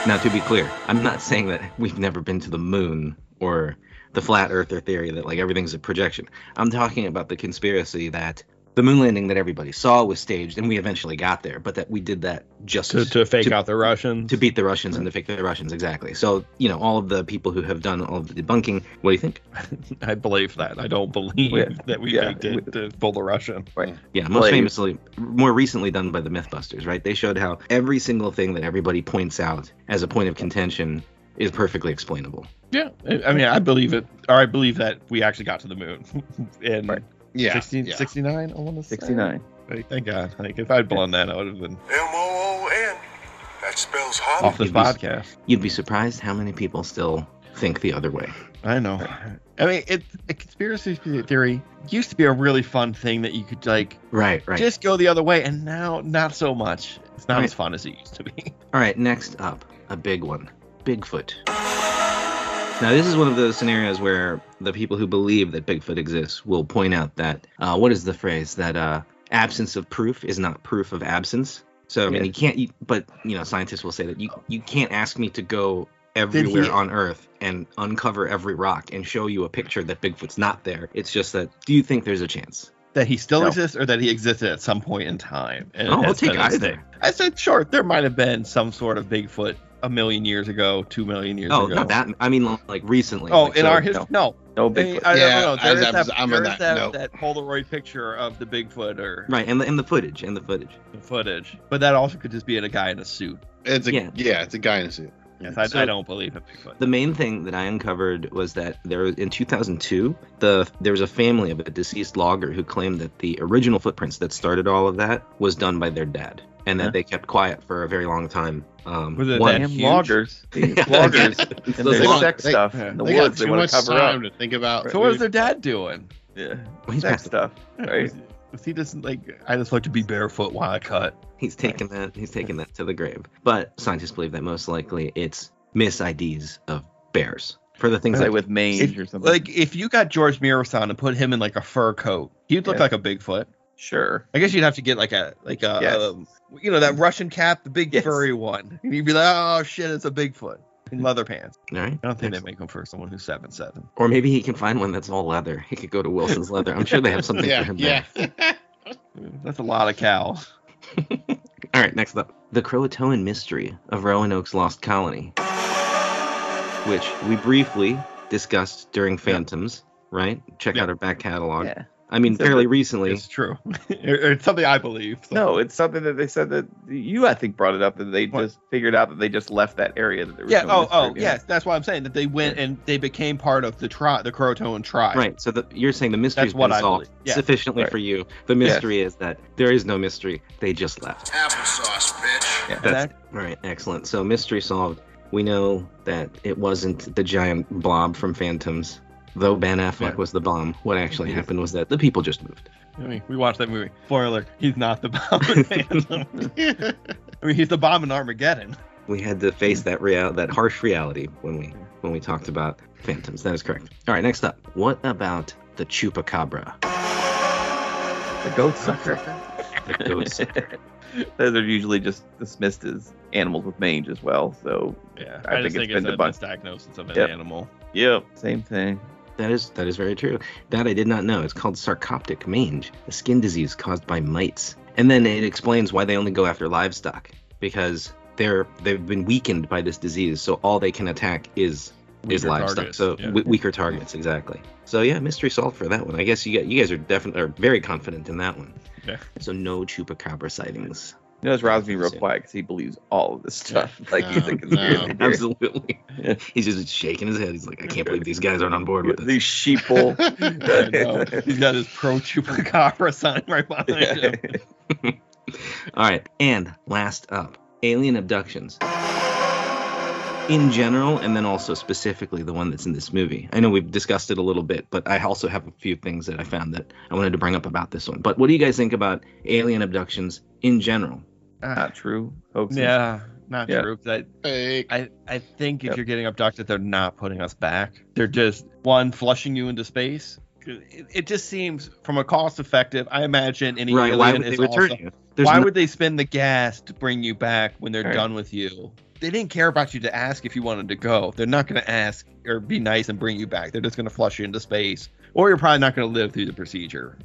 [SPEAKER 9] Now, to be clear, I'm not saying that we've never been to the moon or the flat earther theory that like everything's a projection. I'm talking about the conspiracy that the moon landing that everybody saw was staged and we eventually got there, but that we did that just
[SPEAKER 1] To, to fake
[SPEAKER 9] to-
[SPEAKER 1] out the Russians.
[SPEAKER 9] to beat the Russians and to fake the Russians, exactly. So, you know, all of the people who have done all of the debunking, what do you think?
[SPEAKER 1] I believe that. I don't believe
[SPEAKER 2] Yeah.
[SPEAKER 1] that we
[SPEAKER 2] Yeah.
[SPEAKER 1] faked it to pull the Russian.
[SPEAKER 9] Yeah, most
[SPEAKER 2] Blade.
[SPEAKER 9] famously, more recently done by the Mythbusters, right? They showed how every single thing that everybody points out as a point of contention is perfectly explainable.
[SPEAKER 1] Yeah, I- I mean, I believe it, or I believe that we actually got to the moon in
[SPEAKER 2] Right.
[SPEAKER 3] Yeah.
[SPEAKER 1] 16
[SPEAKER 3] yeah.
[SPEAKER 1] 69. I want to say
[SPEAKER 2] 69.
[SPEAKER 1] Like, thank God. Like, if I'd blown that, I would have been
[SPEAKER 7] M O O N. That spells
[SPEAKER 1] off
[SPEAKER 7] hot.
[SPEAKER 1] this
[SPEAKER 9] You'd be-
[SPEAKER 1] podcast.
[SPEAKER 9] You'd be surprised how many people still think the other way.
[SPEAKER 1] I know. I mean, it, a conspiracy theory used to be a really fun thing that you could like
[SPEAKER 9] Right, right.
[SPEAKER 1] just go the other way, and now not so much. It's not
[SPEAKER 9] Right.
[SPEAKER 1] as fun as it used to be.
[SPEAKER 9] All right, next up, a big one Bigfoot. Now, this is one of those scenarios where the people who believe that Bigfoot exists will point out that, uh, what is the phrase? That uh, absence of proof is not proof of absence. So, I mean, you can't, you, but, you know, scientists will say that you, you can't ask me to go everywhere on Earth and uncover every rock and show you a picture that Bigfoot's not there. It's just that, do you think there's a chance?
[SPEAKER 1] That he still
[SPEAKER 2] No.
[SPEAKER 1] exists, or that he existed at some point in time. And
[SPEAKER 9] Oh, I'll
[SPEAKER 1] has
[SPEAKER 9] take
[SPEAKER 1] been a
[SPEAKER 9] either.
[SPEAKER 1] thing. I said, sure, there might have been some sort of Bigfoot a million years ago, two million years
[SPEAKER 9] Oh,
[SPEAKER 1] ago.
[SPEAKER 9] not that. I mean, like recently.
[SPEAKER 1] Oh,
[SPEAKER 9] like,
[SPEAKER 1] in
[SPEAKER 9] so-
[SPEAKER 1] our history, no.
[SPEAKER 2] No
[SPEAKER 1] I
[SPEAKER 2] big.
[SPEAKER 1] mean, I don't
[SPEAKER 3] Yeah,
[SPEAKER 1] know.
[SPEAKER 3] I-
[SPEAKER 1] There is
[SPEAKER 3] I'm-
[SPEAKER 1] that,
[SPEAKER 3] I'm
[SPEAKER 1] there
[SPEAKER 3] on
[SPEAKER 1] is
[SPEAKER 3] that,
[SPEAKER 1] that,
[SPEAKER 3] no.
[SPEAKER 1] that Polaroid picture of the Bigfoot or
[SPEAKER 9] Right, and the, and the footage, and the footage.
[SPEAKER 1] the footage, but that also could just be in a guy in a suit.
[SPEAKER 3] It's a
[SPEAKER 9] Yeah.
[SPEAKER 3] yeah. it's a guy in a suit.
[SPEAKER 1] Yes, I,
[SPEAKER 9] So-
[SPEAKER 1] I don't believe in Bigfoot.
[SPEAKER 9] The main thing that I uncovered was that there was in 2002, the there was a family of a deceased logger who claimed that the original footprints that started all of that was done by their dad, and that
[SPEAKER 1] Huh?
[SPEAKER 9] they kept quiet for a very long time. Um,
[SPEAKER 1] Was it
[SPEAKER 9] one-
[SPEAKER 1] that-
[SPEAKER 2] Damn
[SPEAKER 1] huge.
[SPEAKER 2] loggers. These
[SPEAKER 9] Yeah.
[SPEAKER 2] loggers and
[SPEAKER 9] Those
[SPEAKER 2] their
[SPEAKER 3] log-
[SPEAKER 2] sex
[SPEAKER 3] they-
[SPEAKER 2] stuff
[SPEAKER 1] yeah.
[SPEAKER 2] in the
[SPEAKER 3] they got
[SPEAKER 2] woods they
[SPEAKER 3] too
[SPEAKER 2] want
[SPEAKER 3] much
[SPEAKER 2] to cover
[SPEAKER 3] time
[SPEAKER 2] up.
[SPEAKER 3] to think about.
[SPEAKER 1] so what is their dad doing?
[SPEAKER 2] Yeah.
[SPEAKER 9] he's,
[SPEAKER 2] Sex
[SPEAKER 9] passed-
[SPEAKER 2] stuff. Right.
[SPEAKER 1] Was, was he just like I just like to be barefoot while I cut?
[SPEAKER 9] he's taken that he's taken that to the grave. But scientists believe that most likely it's mis IDs of bears for the things
[SPEAKER 2] Like
[SPEAKER 9] like
[SPEAKER 2] with mange
[SPEAKER 1] If-
[SPEAKER 2] or something.
[SPEAKER 1] Like if you got George Mirasan and put him in like a fur coat, he'd look
[SPEAKER 2] Yeah.
[SPEAKER 1] like a Bigfoot.
[SPEAKER 2] sure.
[SPEAKER 1] I guess you'd have to get like a like a
[SPEAKER 2] Yes.
[SPEAKER 1] um, you know that Russian cap, the big
[SPEAKER 2] Yes.
[SPEAKER 1] furry one. And you'd be like, oh shit, it's a Bigfoot in leather pants.
[SPEAKER 9] all right.
[SPEAKER 1] I don't think they make them for someone who's seven seven.
[SPEAKER 9] Or maybe he can find one that's all leather. He could go to Wilson's Leather. I'm sure they have something for
[SPEAKER 3] yeah,
[SPEAKER 9] him there.
[SPEAKER 3] yeah.
[SPEAKER 1] That's a lot of cows.
[SPEAKER 9] All right, next up. The Croatoan mystery of Roanoke's lost colony, which we briefly discussed during Phantoms, right? Check
[SPEAKER 1] Yeah.
[SPEAKER 9] out our back catalog.
[SPEAKER 2] Yeah.
[SPEAKER 9] I mean,
[SPEAKER 2] So
[SPEAKER 9] fairly
[SPEAKER 2] the-
[SPEAKER 9] recently.
[SPEAKER 1] It's true. it's something I believe. so-
[SPEAKER 2] No, it's something that they said that you I think brought it up that they
[SPEAKER 1] What?
[SPEAKER 2] just figured out that they just left that area that there was
[SPEAKER 1] Yeah.
[SPEAKER 2] no
[SPEAKER 1] Oh.
[SPEAKER 2] mystery
[SPEAKER 1] Oh.
[SPEAKER 2] behind.
[SPEAKER 1] Yes. That's what I'm saying. That they went and they became part of the tri, the Croatoan tribe.
[SPEAKER 9] Right, so the, you're saying the mystery's
[SPEAKER 1] what
[SPEAKER 9] been
[SPEAKER 1] I
[SPEAKER 9] solved
[SPEAKER 1] believe. Yeah.
[SPEAKER 9] sufficiently
[SPEAKER 2] Right.
[SPEAKER 9] for you. The mystery is that there is no mystery. They just left.
[SPEAKER 7] Applesauce, bitch.
[SPEAKER 1] Yeah.
[SPEAKER 9] That's- All right, excellent. So mystery solved. We know that it wasn't the giant blob from Phantoms, though Ben Affleck
[SPEAKER 1] Yeah.
[SPEAKER 9] was the bomb. What actually happened was that the people just moved.
[SPEAKER 1] I mean, we watched that movie. Spoiler: He's not the bomb in Phantom. I mean, he's the bomb in Armageddon.
[SPEAKER 9] we had to face that real that harsh reality when we when we talked about phantoms. That is correct. All right, next up, what about the chupacabra?
[SPEAKER 2] The goat sucker.
[SPEAKER 9] The ghost.
[SPEAKER 2] Those are usually just dismissed as animals with mange as well. So
[SPEAKER 1] Yeah.
[SPEAKER 2] I I just think think it's it's been a debunked.
[SPEAKER 1] misdiagnosis of an
[SPEAKER 2] Yep.
[SPEAKER 1] animal.
[SPEAKER 2] yep, same thing.
[SPEAKER 9] that is that is very true. That I did not know. It's called sarcoptic mange, a skin disease caused by mites. And then it explains why they only go after livestock because they're they've been weakened by this disease, so all they can attack is is
[SPEAKER 1] Weaker
[SPEAKER 9] livestock.
[SPEAKER 1] targets,
[SPEAKER 9] So
[SPEAKER 1] yeah.
[SPEAKER 9] we- weaker targets, exactly. So yeah, mystery solved for that one. I guess you got you guys are definitely are very confident in that one.
[SPEAKER 1] Yeah.
[SPEAKER 9] So no chupacabra sightings.
[SPEAKER 2] You notice Robb's being real quiet because he believes all of this stuff. Like he's
[SPEAKER 3] No,
[SPEAKER 2] like,
[SPEAKER 3] no.
[SPEAKER 2] conspiracy
[SPEAKER 9] Absolutely.
[SPEAKER 2] theory.
[SPEAKER 9] He's just shaking his head. He's like, I can't believe these guys aren't on board with this.
[SPEAKER 2] these sheeple.
[SPEAKER 1] I know. He's got his pro chupacabra sign right behind him.
[SPEAKER 9] All right, and last up, alien abductions. In general, and then also specifically the one that's in this movie. I know we've discussed it a little bit, but I also have a few things that I found that I wanted to bring up about this one. But what do you guys think about alien abductions in general?
[SPEAKER 1] Ah,
[SPEAKER 2] Not true. Hoaxes.
[SPEAKER 1] yeah, not
[SPEAKER 2] Yeah.
[SPEAKER 1] true. 'cause I,
[SPEAKER 3] Fake.
[SPEAKER 1] I, I think if
[SPEAKER 2] Yep.
[SPEAKER 1] you're getting abducted, they're not putting us back. They're just one flushing you into space. It, it just seems from a cost effective. I imagine any
[SPEAKER 9] right?
[SPEAKER 1] alien
[SPEAKER 9] Why would they
[SPEAKER 1] is
[SPEAKER 9] return
[SPEAKER 1] also-
[SPEAKER 9] you? There's
[SPEAKER 1] why
[SPEAKER 9] no-
[SPEAKER 1] would they spend the gas to bring you back when they're
[SPEAKER 2] Right.
[SPEAKER 1] done with you? They didn't care about you to ask if you wanted to go. They're not going to ask or be nice and bring you back. They're just going to flush you into space, or you're probably not going to live through the procedure.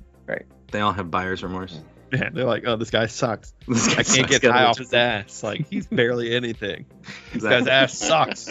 [SPEAKER 9] they all have buyer's remorse?
[SPEAKER 1] Yeah, they're like, oh, this guy sucks.
[SPEAKER 9] This guy
[SPEAKER 1] I can't
[SPEAKER 9] sucks.
[SPEAKER 1] get
[SPEAKER 9] Gotta
[SPEAKER 1] high off
[SPEAKER 9] return-
[SPEAKER 1] his ass. Like he's barely anything. This
[SPEAKER 9] Exactly.
[SPEAKER 1] guy's ass sucks.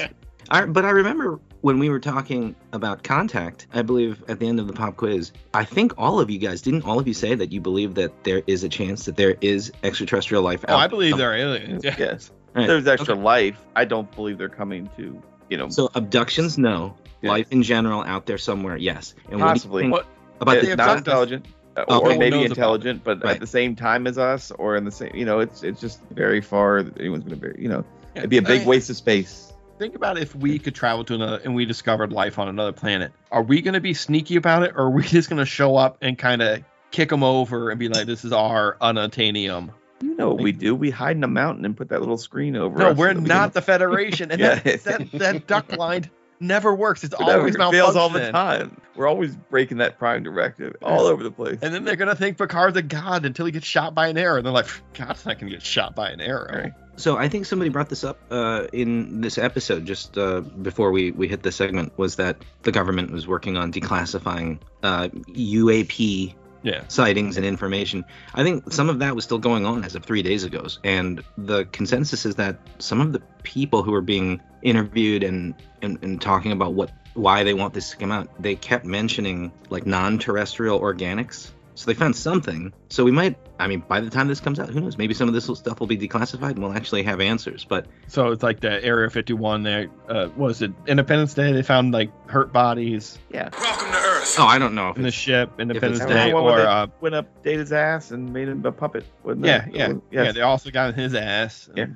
[SPEAKER 9] I, but I remember when we were talking about contact, I believe at the end of the pop quiz, I think all of you guys didn't all of you say that you believe that there is a chance that there is extraterrestrial life
[SPEAKER 1] Oh,
[SPEAKER 9] out
[SPEAKER 1] I believe
[SPEAKER 9] there.
[SPEAKER 1] they're aliens. Yeah.
[SPEAKER 2] Yes.
[SPEAKER 9] Right.
[SPEAKER 2] There's extra life. I don't believe they're coming to, you know,
[SPEAKER 9] So abductions, no.
[SPEAKER 2] Yeah.
[SPEAKER 9] Life in general out there somewhere, yes. And what do you
[SPEAKER 2] possibly.
[SPEAKER 9] think
[SPEAKER 1] What-
[SPEAKER 9] about
[SPEAKER 1] Yeah,
[SPEAKER 9] the
[SPEAKER 1] they
[SPEAKER 2] not
[SPEAKER 1] abduct us.
[SPEAKER 2] intelligent, uh,
[SPEAKER 9] Oh,
[SPEAKER 2] or
[SPEAKER 9] no one
[SPEAKER 2] maybe
[SPEAKER 1] knows about
[SPEAKER 2] intelligent, but
[SPEAKER 9] Right.
[SPEAKER 2] at the same time as us, or in the same, you know, it's it's just very far. that Anyone's gonna be, you know, it'd be a big
[SPEAKER 1] I-
[SPEAKER 2] waste of space.
[SPEAKER 1] Think about if we could travel to another and we discovered life on another planet. Are we going to be sneaky about it, or are we just going to show up and kind of kick them over and be like, "This is our unattainium"?
[SPEAKER 2] You know what we do? We hide in a mountain and put that little screen over.
[SPEAKER 1] No,
[SPEAKER 2] us
[SPEAKER 1] we're
[SPEAKER 2] so that we
[SPEAKER 1] not
[SPEAKER 2] can-
[SPEAKER 1] the Federation, and
[SPEAKER 2] Yeah.
[SPEAKER 1] that, that that duck line never works. It's
[SPEAKER 2] so that
[SPEAKER 1] always
[SPEAKER 2] it fails all the
[SPEAKER 1] malfunctioning.
[SPEAKER 2] time. We're always breaking that prime directive all over the place.
[SPEAKER 1] And then they're gonna think Picard's a god until he gets shot by an arrow, and they're like, "God's not gonna get shot by an arrow."
[SPEAKER 2] Right.
[SPEAKER 9] so I think somebody brought this up uh, in this episode just uh, before we, we hit this segment was that the government was working on declassifying uh, UAP
[SPEAKER 1] Yeah.
[SPEAKER 9] sightings and information. I think some of that was still going on as of three days ago. And the consensus is that some of the people who were being interviewed and, and, and talking about what why they want this to come out, they kept mentioning like non terrestrial organics. So they found something. So we might I mean by the time this comes out, who knows, maybe some of this stuff will be declassified and we'll actually have answers. But
[SPEAKER 1] So it's like the Area 51. There uh, what was it Independence Day. They found like hurt bodies
[SPEAKER 7] Welcome to Earth.
[SPEAKER 9] oh I don't know if
[SPEAKER 1] in the
[SPEAKER 9] it's,
[SPEAKER 1] ship. Independence
[SPEAKER 9] it's-
[SPEAKER 1] Day,
[SPEAKER 2] Well, well,
[SPEAKER 1] or
[SPEAKER 2] they-
[SPEAKER 1] uh,
[SPEAKER 2] Went up Data's ass and made him a puppet. wasn't
[SPEAKER 1] Yeah,
[SPEAKER 2] it?
[SPEAKER 1] yeah,
[SPEAKER 2] Yes.
[SPEAKER 1] yeah. They also got in his ass.
[SPEAKER 2] Yeah.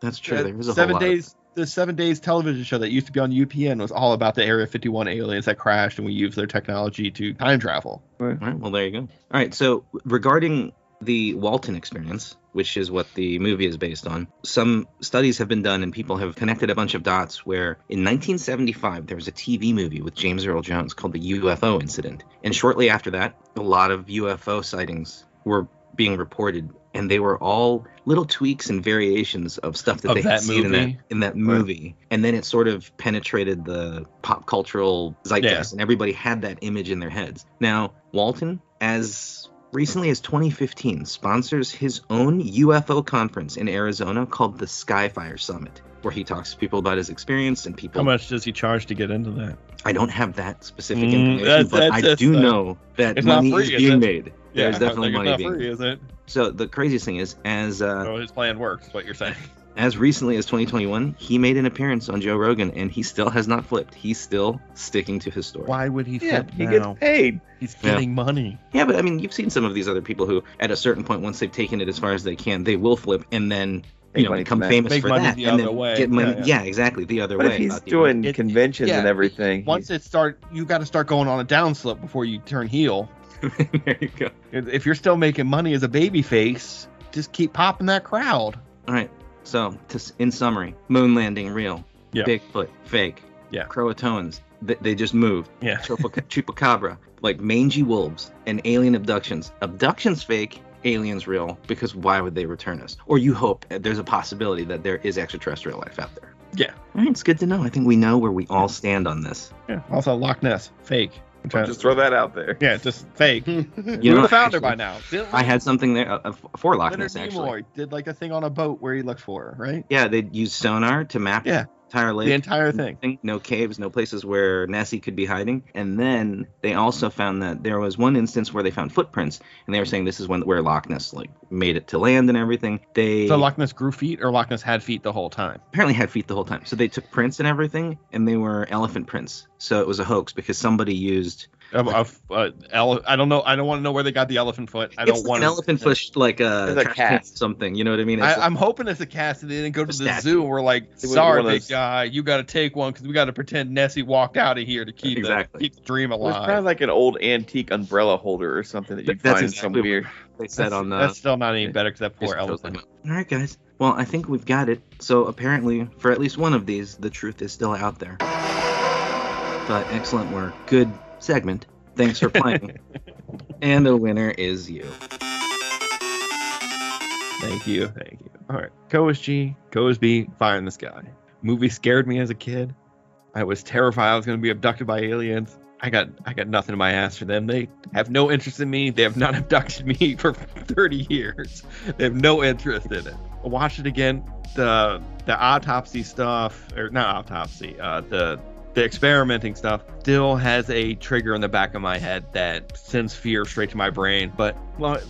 [SPEAKER 9] that's true.
[SPEAKER 1] Uh,
[SPEAKER 9] There was a
[SPEAKER 1] seven
[SPEAKER 9] whole lot of-
[SPEAKER 1] days. The seven days television show that used to be on UPN was all about the Area 51 aliens that crashed, and we used their technology to time travel.
[SPEAKER 9] All right, well, there you go. All right, so regarding the Walton experience, which is what the movie is based on, some studies have been done and people have connected a bunch of dots where in 1975 there was a TV movie with James Earl Jones called The UFO Incident. And shortly after that, a lot of UFO sightings were being reported and they were all little tweaks and variations of stuff that
[SPEAKER 1] Of
[SPEAKER 9] they had
[SPEAKER 1] that
[SPEAKER 9] seen in that
[SPEAKER 1] movie?
[SPEAKER 9] in that movie. And then it sort of penetrated the pop cultural zeitgeist, and everybody had that image in their heads. Now, Walton, as recently as 2015, sponsors his own UFO conference in Arizona called the Skyfire Summit, where he talks to people about his experience and people.
[SPEAKER 1] How much does he charge to get into that?
[SPEAKER 9] I don't have that specific
[SPEAKER 1] Mm,
[SPEAKER 9] information,
[SPEAKER 1] that's-
[SPEAKER 9] but
[SPEAKER 1] that's-
[SPEAKER 9] I
[SPEAKER 1] that's,
[SPEAKER 9] do
[SPEAKER 1] uh,
[SPEAKER 9] know that
[SPEAKER 1] it's not
[SPEAKER 9] money
[SPEAKER 1] free,
[SPEAKER 9] is
[SPEAKER 1] is
[SPEAKER 9] being
[SPEAKER 1] it?
[SPEAKER 9] made. There's definitely
[SPEAKER 1] like,
[SPEAKER 9] money
[SPEAKER 1] it's
[SPEAKER 9] being
[SPEAKER 1] not free, Oh. is it?
[SPEAKER 9] So the craziest thing is, as uh,
[SPEAKER 1] So his plan works. is What you're saying?
[SPEAKER 9] as recently as 2021, he made an appearance on Joe Rogan, and he still has not flipped. He's still sticking to his story.
[SPEAKER 1] Why would he
[SPEAKER 2] Yeah,
[SPEAKER 1] flip
[SPEAKER 2] he gets
[SPEAKER 1] now?
[SPEAKER 2] paid.
[SPEAKER 1] He's
[SPEAKER 9] Yeah.
[SPEAKER 1] getting money.
[SPEAKER 9] Yeah, but I mean, you've seen some of these other people who, at a certain point, once they've taken it as far as they can, they will flip and then
[SPEAKER 2] Make
[SPEAKER 9] you know
[SPEAKER 2] money
[SPEAKER 9] become
[SPEAKER 2] from that.
[SPEAKER 9] famous
[SPEAKER 1] Make
[SPEAKER 9] for
[SPEAKER 1] money
[SPEAKER 9] that
[SPEAKER 1] the
[SPEAKER 9] and
[SPEAKER 1] other
[SPEAKER 9] then
[SPEAKER 1] way.
[SPEAKER 9] get money.
[SPEAKER 1] Yeah,
[SPEAKER 9] Yeah, exactly, the other
[SPEAKER 2] But
[SPEAKER 9] way.
[SPEAKER 2] if he's
[SPEAKER 9] about the-
[SPEAKER 2] doing
[SPEAKER 1] It-
[SPEAKER 2] conventions
[SPEAKER 1] yeah,
[SPEAKER 2] and everything,
[SPEAKER 1] Once
[SPEAKER 2] he's-
[SPEAKER 1] it start, you got to start going on a downslope before you turn heel.
[SPEAKER 9] there you go.
[SPEAKER 1] If you're still making money as a baby face, just keep popping that crowd.
[SPEAKER 9] All right. So, to, s- in summary, moon landing real,
[SPEAKER 1] Yeah.
[SPEAKER 9] Bigfoot fake,
[SPEAKER 1] Yeah.
[SPEAKER 9] Croatoans they, they just moved,
[SPEAKER 1] Yeah.
[SPEAKER 9] Chupac- chupacabra, like mangy wolves, and alien abductions. Abductions fake, aliens real, because why would they return us? Or you hope uh, there's a possibility that there is extraterrestrial life out there.
[SPEAKER 1] Yeah.
[SPEAKER 9] All right, it's good to know. I think we know where we all stand on this.
[SPEAKER 1] Yeah. Also, Loch Ness, fake. I'm trying to-
[SPEAKER 2] just throw that out there.
[SPEAKER 1] yeah, just fake.
[SPEAKER 9] You
[SPEAKER 1] we
[SPEAKER 9] know,
[SPEAKER 1] would have found her
[SPEAKER 9] actually,
[SPEAKER 1] by now. Didn't
[SPEAKER 9] I had something there uh, uh, for Loch
[SPEAKER 1] Leonard
[SPEAKER 9] Ness, actually.
[SPEAKER 1] Nimoy did like a thing on a boat where he looked for her, right?
[SPEAKER 9] Yeah, they used sonar to map
[SPEAKER 1] Yeah.
[SPEAKER 9] entire
[SPEAKER 1] the
[SPEAKER 9] lake.
[SPEAKER 1] entire thing.
[SPEAKER 9] no caves, no places where Nessie could be hiding. And then they also found that there was one instance where they found footprints, and they were saying this is when where Loch Ness like made it to land and everything. They
[SPEAKER 1] So Loch Ness grew feet, or Loch Ness had feet the whole time.
[SPEAKER 9] apparently had feet the whole time. So they took prints and everything, and they were elephant prints. So it was a hoax because somebody used
[SPEAKER 1] Of, of, uh, ele- I don't know. I don't want to know where they got the elephant foot. I
[SPEAKER 9] it's
[SPEAKER 1] don't
[SPEAKER 9] like
[SPEAKER 1] want
[SPEAKER 9] an elephant fish like a,
[SPEAKER 2] It's a
[SPEAKER 9] trash
[SPEAKER 2] cat.
[SPEAKER 9] can or something. You know what I mean? It's
[SPEAKER 1] I,
[SPEAKER 9] like-
[SPEAKER 1] I'm hoping it's a cast, and they didn't go to the
[SPEAKER 9] A statue.
[SPEAKER 1] zoo. And we're like,
[SPEAKER 2] It was
[SPEAKER 1] sorry,
[SPEAKER 2] one of
[SPEAKER 1] big
[SPEAKER 2] those-
[SPEAKER 1] guy, you got to take one because we got to pretend Nessie walked out of here to keep
[SPEAKER 9] Exactly.
[SPEAKER 1] the, keep the dream
[SPEAKER 2] It was
[SPEAKER 1] alive.
[SPEAKER 2] probably like an old antique umbrella holder or something that you
[SPEAKER 9] Th- that's
[SPEAKER 2] find
[SPEAKER 9] exactly
[SPEAKER 2] some
[SPEAKER 9] what-
[SPEAKER 2] weird.
[SPEAKER 9] they said on the.
[SPEAKER 1] that's still not any better because that poor
[SPEAKER 9] Just chose uh, them
[SPEAKER 1] elephant.
[SPEAKER 9] out. All right, guys. Well, I think we've got it. So apparently, for at least one of these, the truth is still out there. But excellent work. Good segment. Thanks for playing. and the winner is you.
[SPEAKER 1] Thank you, thank you. All right, Co is G, Co is B, Fire in the Sky. Movie scared me as a kid. I was terrified I was going to be abducted by aliens. I got I got nothing in my ass for them. They have no interest in me. They have not abducted me for 30 years. They have no interest in it. I watched it again. The the autopsy stuff, or not autopsy, uh, the the experimenting stuff still has a trigger in the back of my head that sends fear straight to my brain. But well,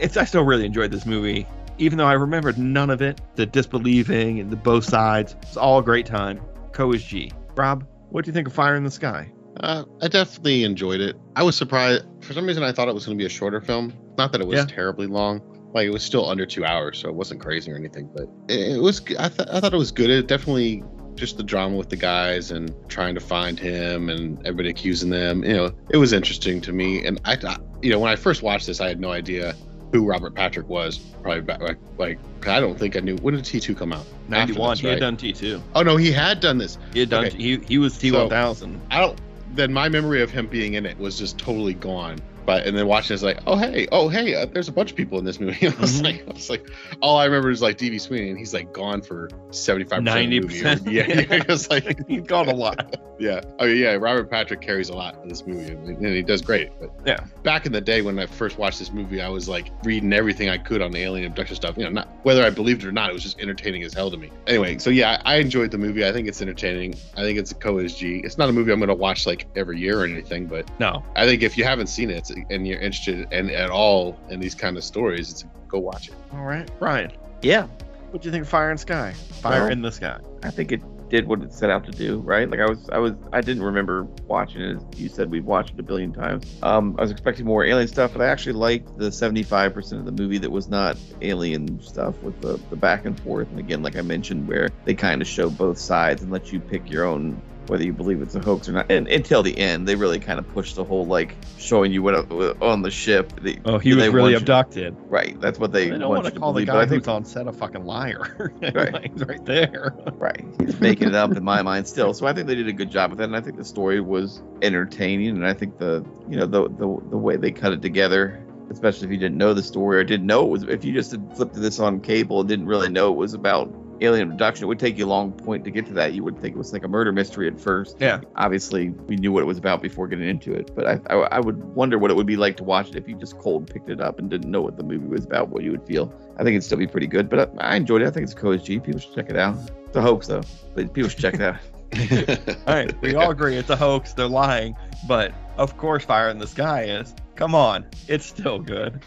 [SPEAKER 1] it's I still really enjoyed this movie even though I remembered none of it, the disbelieving and the both sides, it's all a great time. Co is G. Rob, what do you think of Fire in the Sky?
[SPEAKER 3] Uh, I definitely enjoyed it. I was surprised. For some reason, I thought it was going to be a shorter film. Not that it was
[SPEAKER 1] Yeah.
[SPEAKER 3] terribly long. Like it was still under two hours, so it wasn't crazy or anything. But it, it was. g- I, th- I thought it was good. It definitely just the drama with the guys and trying to find him and everybody accusing them. You know, it was interesting to me. And I, I you know, when I first watched this, I had no idea who Robert Patrick was. Probably back, like like I don't think I knew. When did T two come out? After this,
[SPEAKER 1] 91. he
[SPEAKER 3] right?
[SPEAKER 1] had done T2.
[SPEAKER 3] Oh no, he had done this.
[SPEAKER 1] He had done
[SPEAKER 3] Okay.
[SPEAKER 1] he he was T1000.
[SPEAKER 3] I don't. Then my memory of him being in it was just totally gone. But and then watching it's like, oh hey, oh hey, uh, there's a bunch of people in this movie. I was
[SPEAKER 1] Mhm.
[SPEAKER 3] like, I was like, all I remember is like D.B. Sweeney, and he's like gone for seventy five percent of the movie.
[SPEAKER 1] 90%.
[SPEAKER 3] Yeah, yeah. It was like,
[SPEAKER 1] he got a lot.
[SPEAKER 3] yeah, oh yeah, Robert Patrick carries a lot in this movie, and and he does great. But
[SPEAKER 1] Yeah.
[SPEAKER 3] back in the day when I first watched this movie, I was like reading everything I could on the alien abduction stuff. You know, not whether I believed it or not, it was just entertaining as hell to me. Anyway, so yeah, I I enjoyed the movie. I think it's entertaining. I think it's a co G. It's not a movie I'm going to watch like every year or anything, but
[SPEAKER 1] No.
[SPEAKER 3] I think if you haven't seen it and you're interested in, at all in these kind of stories, it's go watch it.
[SPEAKER 1] All right. Ryan,
[SPEAKER 2] Yeah,
[SPEAKER 1] what do you think of Fire in Sky? Fire
[SPEAKER 2] Well-
[SPEAKER 1] in the Sky.
[SPEAKER 2] I think it did what it set out to do, right? Like I was, I was, I didn't remember watching it. As you said we've watched it a billion times. Um, I was expecting more alien stuff, but I actually liked the 75% of the movie that was not alien stuff with the, the back and forth. And again, like I mentioned, where they kind of show both sides and let you pick your own whether you believe it's a hoax or not. And until the end, they really kind of pushed the whole like showing you what uh, on the ship. They,
[SPEAKER 1] Oh, he
[SPEAKER 2] they
[SPEAKER 1] was
[SPEAKER 2] want
[SPEAKER 1] really
[SPEAKER 2] you-
[SPEAKER 1] abducted.
[SPEAKER 2] Right, that's what they,
[SPEAKER 1] I don't
[SPEAKER 2] want
[SPEAKER 1] want
[SPEAKER 2] you
[SPEAKER 1] to call the
[SPEAKER 2] believe, but
[SPEAKER 1] guy
[SPEAKER 2] I think
[SPEAKER 1] who's on set a fucking liar.
[SPEAKER 2] Right.
[SPEAKER 1] Like, He's right there.
[SPEAKER 2] Right. He's making it up in my mind still. So I think they did a good job with that. And I think the story was entertaining. And I think the, you know, the, the, the way they cut it together, especially if you didn't know the story or didn't know it was, if you just had flipped to this on cable and didn't really know it was about alien abduction, it would take you a long point to get to that. You would think it was like a murder mystery at first.
[SPEAKER 1] Yeah.
[SPEAKER 2] Obviously, we knew what it was about before getting into it. But I, I, I would wonder what it would be like to watch it if you just cold picked it up and didn't know what the movie was about, what you would feel. I think it'd still be pretty good. But I, I enjoyed it. I think it's Coach G. People should check it out. It's a hoax, though. But people should check it out.
[SPEAKER 1] All right, we all agree it's a hoax. They're lying, but of course, Fire in the Sky is. Come on, it's still good.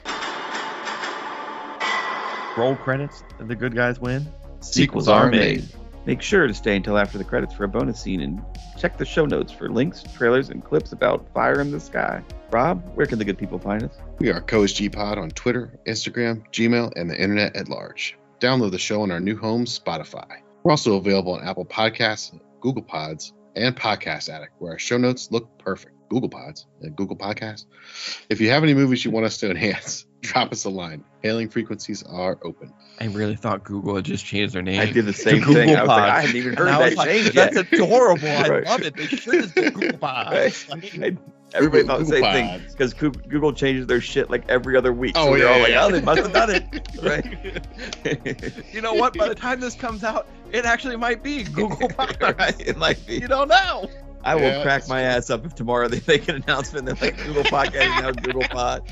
[SPEAKER 1] Roll credits, and the good guys win.
[SPEAKER 2] Sequels are made. Make sure to stay until after the credits for a bonus scene and check the show notes for links, trailers, and clips about Fire in the Sky. Rob, where can the good people find us?
[SPEAKER 3] We are Co's G Pod on Twitter, Instagram, Gmail, and the internet at large. Download the show on our new home, Spotify. We're also available on Apple Podcasts, Google Pods, and Podcast Addict, where our show notes look perfect. Google Pods and Google Podcasts. If you have any movies you want us to enhance, drop us a line. Hailing frequencies are open.
[SPEAKER 1] I really thought Google had just changed their name.
[SPEAKER 2] I did the same
[SPEAKER 1] Google
[SPEAKER 2] thing. I was like,
[SPEAKER 1] Pod.
[SPEAKER 2] I hadn't even
[SPEAKER 1] And
[SPEAKER 2] heard
[SPEAKER 1] I
[SPEAKER 2] that
[SPEAKER 1] was like,
[SPEAKER 2] change yet.
[SPEAKER 1] That's adorable. I
[SPEAKER 2] Right.
[SPEAKER 1] love it. They should have been Google Pod.
[SPEAKER 2] Right. I- Everybody thought the
[SPEAKER 3] Google
[SPEAKER 2] same thing
[SPEAKER 3] Pods.
[SPEAKER 2] because Google changes their shit like every other week.
[SPEAKER 3] Oh,
[SPEAKER 2] so they're
[SPEAKER 3] yeah,
[SPEAKER 2] all like,
[SPEAKER 3] yeah,
[SPEAKER 2] oh, they must have done it. Right.
[SPEAKER 1] You know what? By the time this comes out, it actually might be Google Pod.
[SPEAKER 2] right. It might be.
[SPEAKER 1] You don't know.
[SPEAKER 2] I will
[SPEAKER 3] Yeah,
[SPEAKER 2] crack
[SPEAKER 3] that's
[SPEAKER 2] my ass up if tomorrow they make an announcement. They're like, Google Podcast is now Google Pod.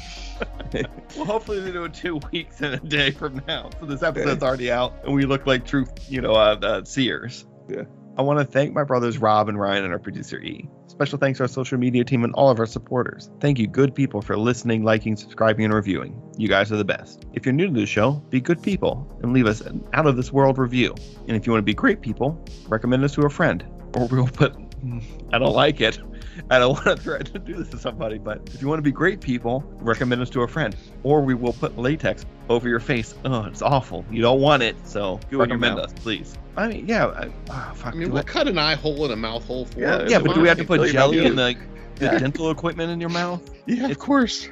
[SPEAKER 1] Well, hopefully they do it two weeks and a day from now. So this episode's already out, and we look like true, you know, uh, uh, seers.
[SPEAKER 2] Yeah.
[SPEAKER 1] I want to thank my brothers Rob and Ryan and our producer E. Special thanks to our social media team and all of our supporters. Thank you, good people, for listening, liking, subscribing, and reviewing. You guys are the best. If you're new to the show, be good people and leave us an out of this world review. And if you want to be great people, recommend us to a friend, or we'll put. I don't like it. I don't want to threaten to do this to somebody, but if you want to be great people, recommend us to a friend, or we will put latex over your face. Oh, it's awful. You don't want it, so
[SPEAKER 2] Do it in your
[SPEAKER 1] recommend
[SPEAKER 2] mouth.
[SPEAKER 1] us, please. I mean, yeah. I, oh, fuck.
[SPEAKER 3] I mean,
[SPEAKER 1] do
[SPEAKER 3] we'll
[SPEAKER 1] I-
[SPEAKER 3] cut an eye hole and a mouth hole for
[SPEAKER 2] Yeah,
[SPEAKER 3] it.
[SPEAKER 1] yeah, but do we have to
[SPEAKER 3] Come
[SPEAKER 1] put
[SPEAKER 3] on.
[SPEAKER 2] Really about
[SPEAKER 1] jelly in
[SPEAKER 2] you.
[SPEAKER 1] the, the dental equipment in your mouth? uh,
[SPEAKER 3] Yeah, of course.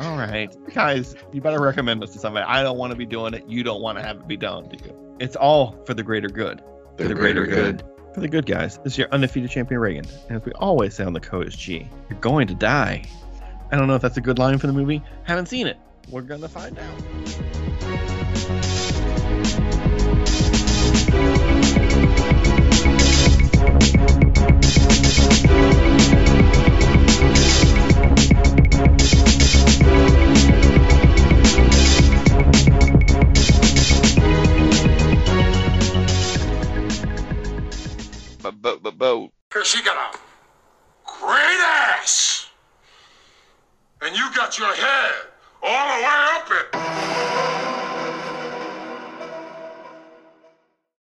[SPEAKER 1] All right, guys, you better recommend us to somebody. I don't want to be doing it. You don't want to have it be done to you. It's all for the greater good.
[SPEAKER 3] The
[SPEAKER 1] greater For the good guys, this is your undefeated champion Reagan, and as we always say on the coast, G, you're going to die. I don't know if that's a good line for the movie. Haven't seen it. We're gonna find out.
[SPEAKER 2] But but but but
[SPEAKER 7] Because she got a great ass. And you got your head all the way up it.